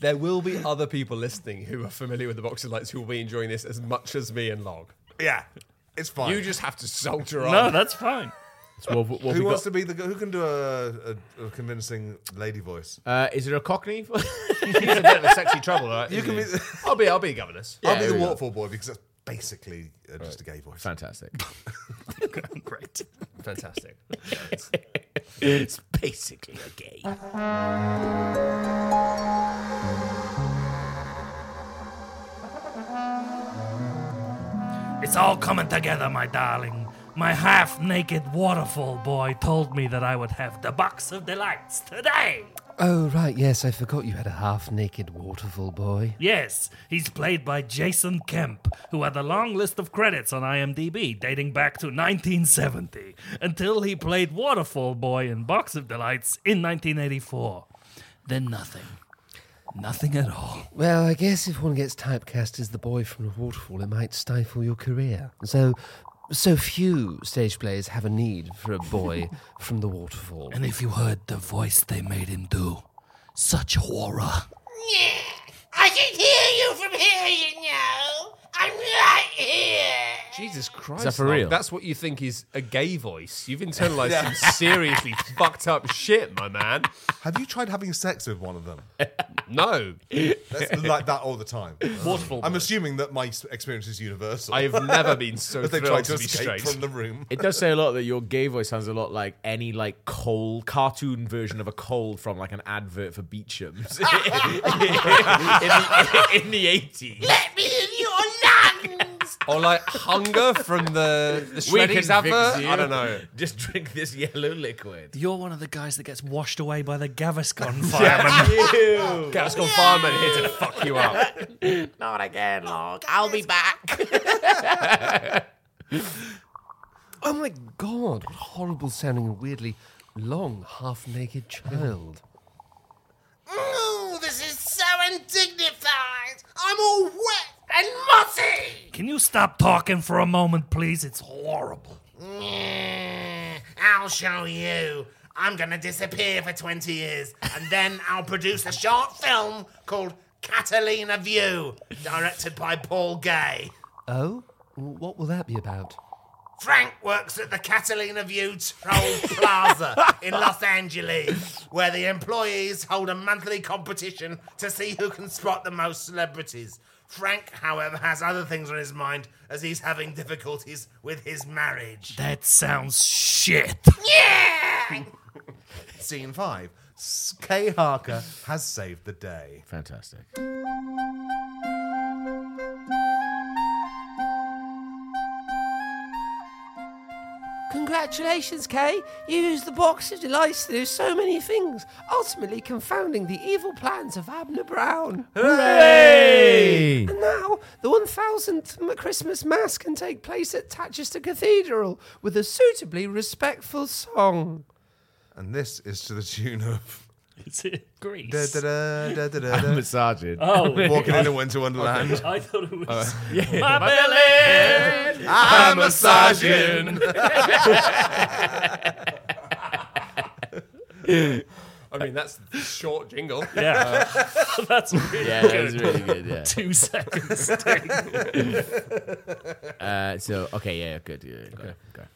A: There will be other people listening who are familiar with the Box of Lights who will be enjoying this as much as me and Log.
D: Yeah, it's fine.
A: You just have to soldier on.
C: No, that's fine.
D: who wants to be the? Who can do a, a, a convincing lady voice?
B: Uh, is there a cockney?
A: He's a bit of a sexy trouble, right?
D: You can be.
A: I'll be. I'll be governess.
D: I'll be
B: here
D: the
B: we go.
D: waterfall boy because that's basically uh, just a gay voice.
B: Fantastic.
C: Great.
A: Fantastic.
B: it's basically a gay.
C: It's all coming together, my darling. My half naked waterfall boy told me that I would have the box of delights today.
H: Oh, right, yes, I forgot you had a half naked waterfall boy.
C: Yes, he's played by Jason Kemp, who had a long list of credits on IMDb dating back to 1970 until he played Waterfall Boy in Box of Delights in 1984. Then nothing. Nothing at all.
H: Well, I guess if one gets typecast as the boy from the waterfall, it might stifle your career. So, so few stage players have a need for a boy from the waterfall.
P: And if you heard the voice they made him do, such horror.
N: I can hear you from here, you know. I'm right here.
A: Jesus Christ!
B: that for
A: Mark,
B: real?
A: That's what you think is a gay voice. You've internalized some seriously fucked up shit, my man.
D: Have you tried having sex with one of them?
A: No,
D: That's like that all the time.
A: Waterfall
D: I'm
A: boy.
D: assuming that my s- experience is universal.
A: I have never been so
D: That they
A: thrilled
D: tried
A: to,
D: to
A: be
D: escape
A: straight.
D: from the room.
B: It does say a lot that your gay voice sounds a lot like any like coal cartoon version of a cold from like an advert for Beecham's in, the, in the 80s.
N: Let me in your lungs.
A: or like hunger from the the
B: We can
A: Shreddies
B: fix
A: advert.
B: you.
A: I don't know.
B: Just drink this yellow liquid.
C: You're one of the guys that gets washed away by the Gaviscon fireman.
A: Gascon Fireman here to fuck you up.
B: Not again, Log.
N: I'll be back.
H: Oh my god, what a horrible sounding and weirdly long half naked child.
N: Ooh, this is so undignified. I'm all wet and mossy.
C: Can you stop talking for a moment, please? It's horrible.
N: Mm, I'll show you. I'm gonna disappear for 20 years, and then I'll produce a short film called Catalina View, directed by Paul Gay.
H: Oh? What will that be about?
N: Frank works at the Catalina View Troll Plaza in Los Angeles, where the employees hold a monthly competition to see who can spot the most celebrities. Frank, however, has other things on his mind as he's having difficulties with his marriage.
C: That sounds shit.
N: Yeah!
D: Scene five. S- Kay Harker has saved the day.
B: Fantastic.
L: Congratulations, Kay. You used the box of delights to do so many things, ultimately confounding the evil plans of Abner Brown.
B: Hooray!
L: And now, the 1000th Christmas Mass can take place at Tatchester Cathedral with a suitably respectful song.
D: And this is to the tune of.
C: It's it Greece.
D: Da, da, da, da, da, da,
B: I'm
D: da.
B: massaging.
C: Oh,
D: Walking in a winter wonderland.
C: I thought it was
B: yeah.
C: my belly.
D: I'm massaging.
A: I mean, that's the short jingle.
C: Yeah, that's really
B: Yeah, that
C: good.
B: was really good. Yeah.
C: Two seconds. Take.
B: Uh, so okay, yeah, good. Yeah, okay. okay.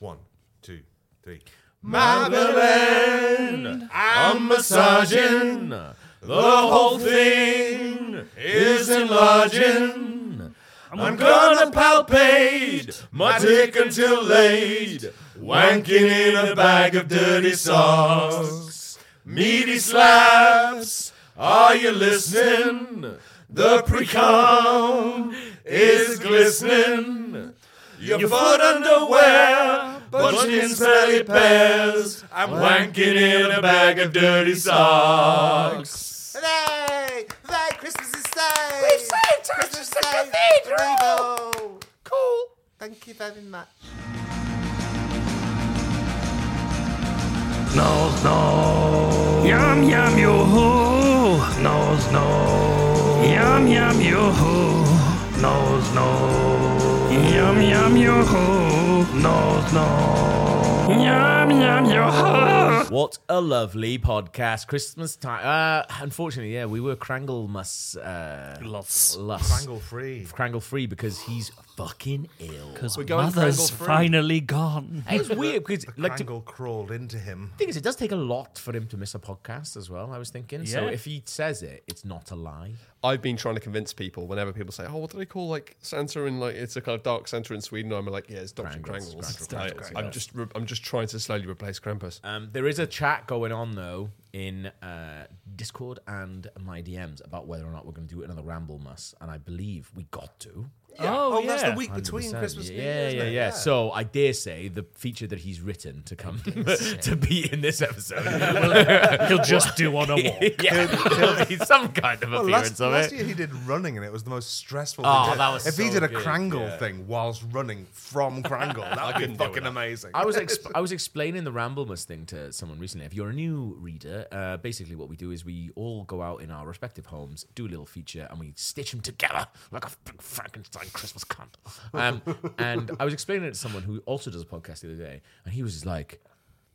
D: One, two, three.
B: Madeline, I'm massaging. The whole thing is enlarging. I'm gonna palpate my dick until laid, wanking in a bag of dirty socks. Meaty slaps, are you listening? The precum is glistening. Your foot underwear, bunching smelly pears. I'm wanking in a bag of dirty socks.
E: Hooray! Hooray! Christmas is saved!
L: We've saved
E: Christmas
L: Tatchester
E: saved
L: Cathedral!
E: from evil!
L: Cool.
E: Thank you very much.
Q: Nose, no. Yum, yum, yo ho. Nose, no. Yum, yum, yo ho. Nose, no. Yum, yum, yo ho. Nose, no. Yum, yum, yo ho.
B: What a lovely podcast. Christmas time. Uh, unfortunately, yeah, we were Kranglemus. Uh,
C: Loss.
B: Loss.
D: Krangle free.
B: Krangle free because he's fucking ill.
C: Because mother's finally gone.
B: It's weird because
D: the
B: like to-
D: Krangle crawled into him.
B: thing is, it does take a lot for him to miss a podcast as well. I was thinking. So
A: Yeah.
B: if he says it, it's not a lie.
A: I've been trying to convince people whenever people say, "Oh, what do they call like Santa in like it's a kind of dark Santa in Sweden?" I'm like, "Yeah, it's Doctor
B: Krangles,
A: Krangles."
B: Krangles,
A: Like,
B: Krangles, yeah.
A: I'm just re- I'm just trying to slowly replace Krampus.
B: Um, there is a chat going on though in uh, Discord and my DMs about whether or not we're going to do another ramble muss, and I believe we got to.
D: Yeah. Oh, that's the week between
B: 100%.
D: Christmas and
B: yeah,
D: New Year,
B: yeah,
D: isn't
B: yeah,
D: it?
B: yeah.
D: Yeah.
B: So I dare say the feature that he's written to come to be in this episode,
D: Well, he'll just do on a walk.
B: yeah, there'll be some kind of
D: Well,
B: appearance
D: last,
B: of
D: last
B: it.
D: year he did running and it was the most stressful.
B: Oh,
D: thing.
B: that was
D: if he
B: so
D: did a
B: good,
D: Krangle
B: yeah.
D: thing whilst running from Krangle,
B: I
D: that would be
B: couldn't deal
D: fucking
B: with that.
D: amazing.
B: I was exp- I was explaining the Ramblemus thing to someone recently. If you're a new reader, uh, basically what we do is we all go out in our respective homes, do a little feature, and we stitch them together like a big Frankenstein Christmas cunt. Um, and I was explaining it to someone who also does a podcast the other day, and he was just like.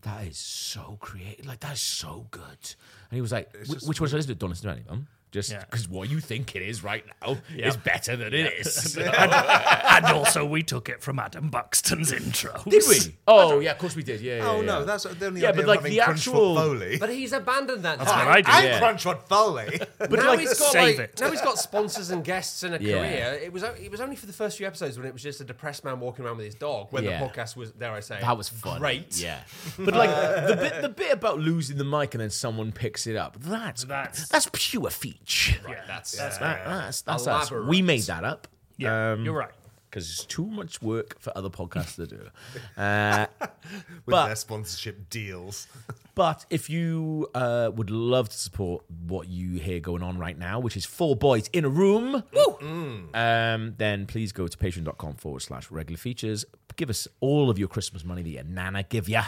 B: That is so creative. Like that is so good. And he was like, "Wh-
I: just-
B: "Which one should I listen to? Don't listen to any of them. Just
I: Yeah.
B: because what you think it is right now
I: Yeah.
B: is better than
I: Yeah.
B: it is."
I: And-
C: and also, we took it from Adam Buxton's intro.
B: Did we? Oh yeah, of course we did. Yeah. yeah,
D: Oh, no,
B: yeah.
D: that's the only
B: yeah,
D: idea
B: but
D: of
B: like
D: having
B: the
D: Crunchfoot
B: actual
D: Foley.
A: But he's abandoned that.
D: That's
A: now.
D: what I do, I'm yeah. Crunchfoot Foley.
A: But
D: But,
A: now
D: like,
A: he's got
D: save
A: like
D: it.
A: now he's got sponsors and guests and a
B: Yeah.
A: career. It was o- it was only for the first few episodes when it was just a depressed man walking around with his dog. When
B: Yeah.
A: the podcast was, dare I say,
B: That was fun.
A: Great.
B: Yeah. But like the bit the bit about losing the mic and then someone picks it up. That's that's, pure feature.
A: Right, that's-
B: that's
A: yeah.
B: that's, that's us.
A: Elaborate.
B: We made that up.
C: Yeah, you're right.
B: Because it's too much work for other podcasts to do. Uh,
D: with
B: but
D: their sponsorship deals.
B: but if you uh, would love to support what you hear going on right now, which is four boys in a room, um, then please go to patreon.com forward slash regular features. Give us all of your Christmas money that your nana give ya.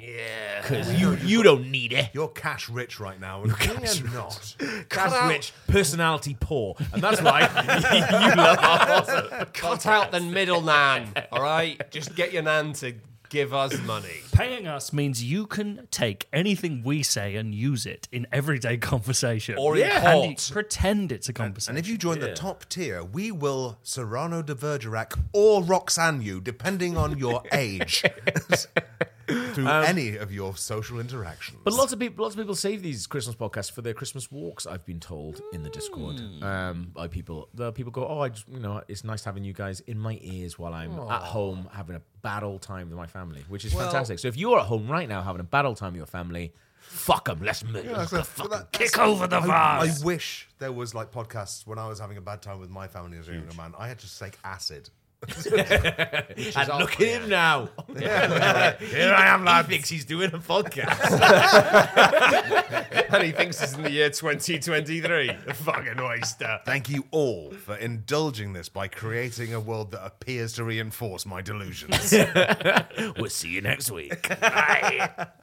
D: Yeah.
B: 'Cause you- you don't need it.
D: You're cash rich right now, and
B: cash
D: we're not.
B: Cash
D: out-
B: rich, personality poor. And that's why you love our awesome.
A: Cut out the middle nan. All right, just get your nan to give us money.
C: Paying us means you can take anything we say and use it in everyday conversation.
A: Or in
C: And
A: court.
C: pretend it's a conversation.
D: And if you join the top tier, we will Serrano de Vergerac or Roxanne you, depending on your age, through any of your social interactions.
B: Um, But lots of people, lots of people save these Christmas podcasts for their Christmas walks. I've been told in the Discord um, by people. The people go, "Oh, I just, you know, it's nice having you guys in my ears while I'm
I: Aw.
B: at home having a bad old time with my family, which is
I: Well-
B: fantastic." So if you're at home right now having a bad old time with your family, fuck them. Let's move.
D: Yeah, that's-
B: Let's
D: but
B: fucking
D: that-
B: kick
D: that's-
B: over the
D: I,
B: vase.
D: I wish there was like podcasts when I was having a bad time with my family as a younger man. I had to take acid.
B: and look at him now.
D: Here I am,
B: lad. He thinks he's doing a podcast.
A: and he thinks it's in the year 2023. Fucking oyster.
D: Thank you all for indulging this by creating a world that appears to reinforce my delusions.
B: we'll see you next week.
I: Bye.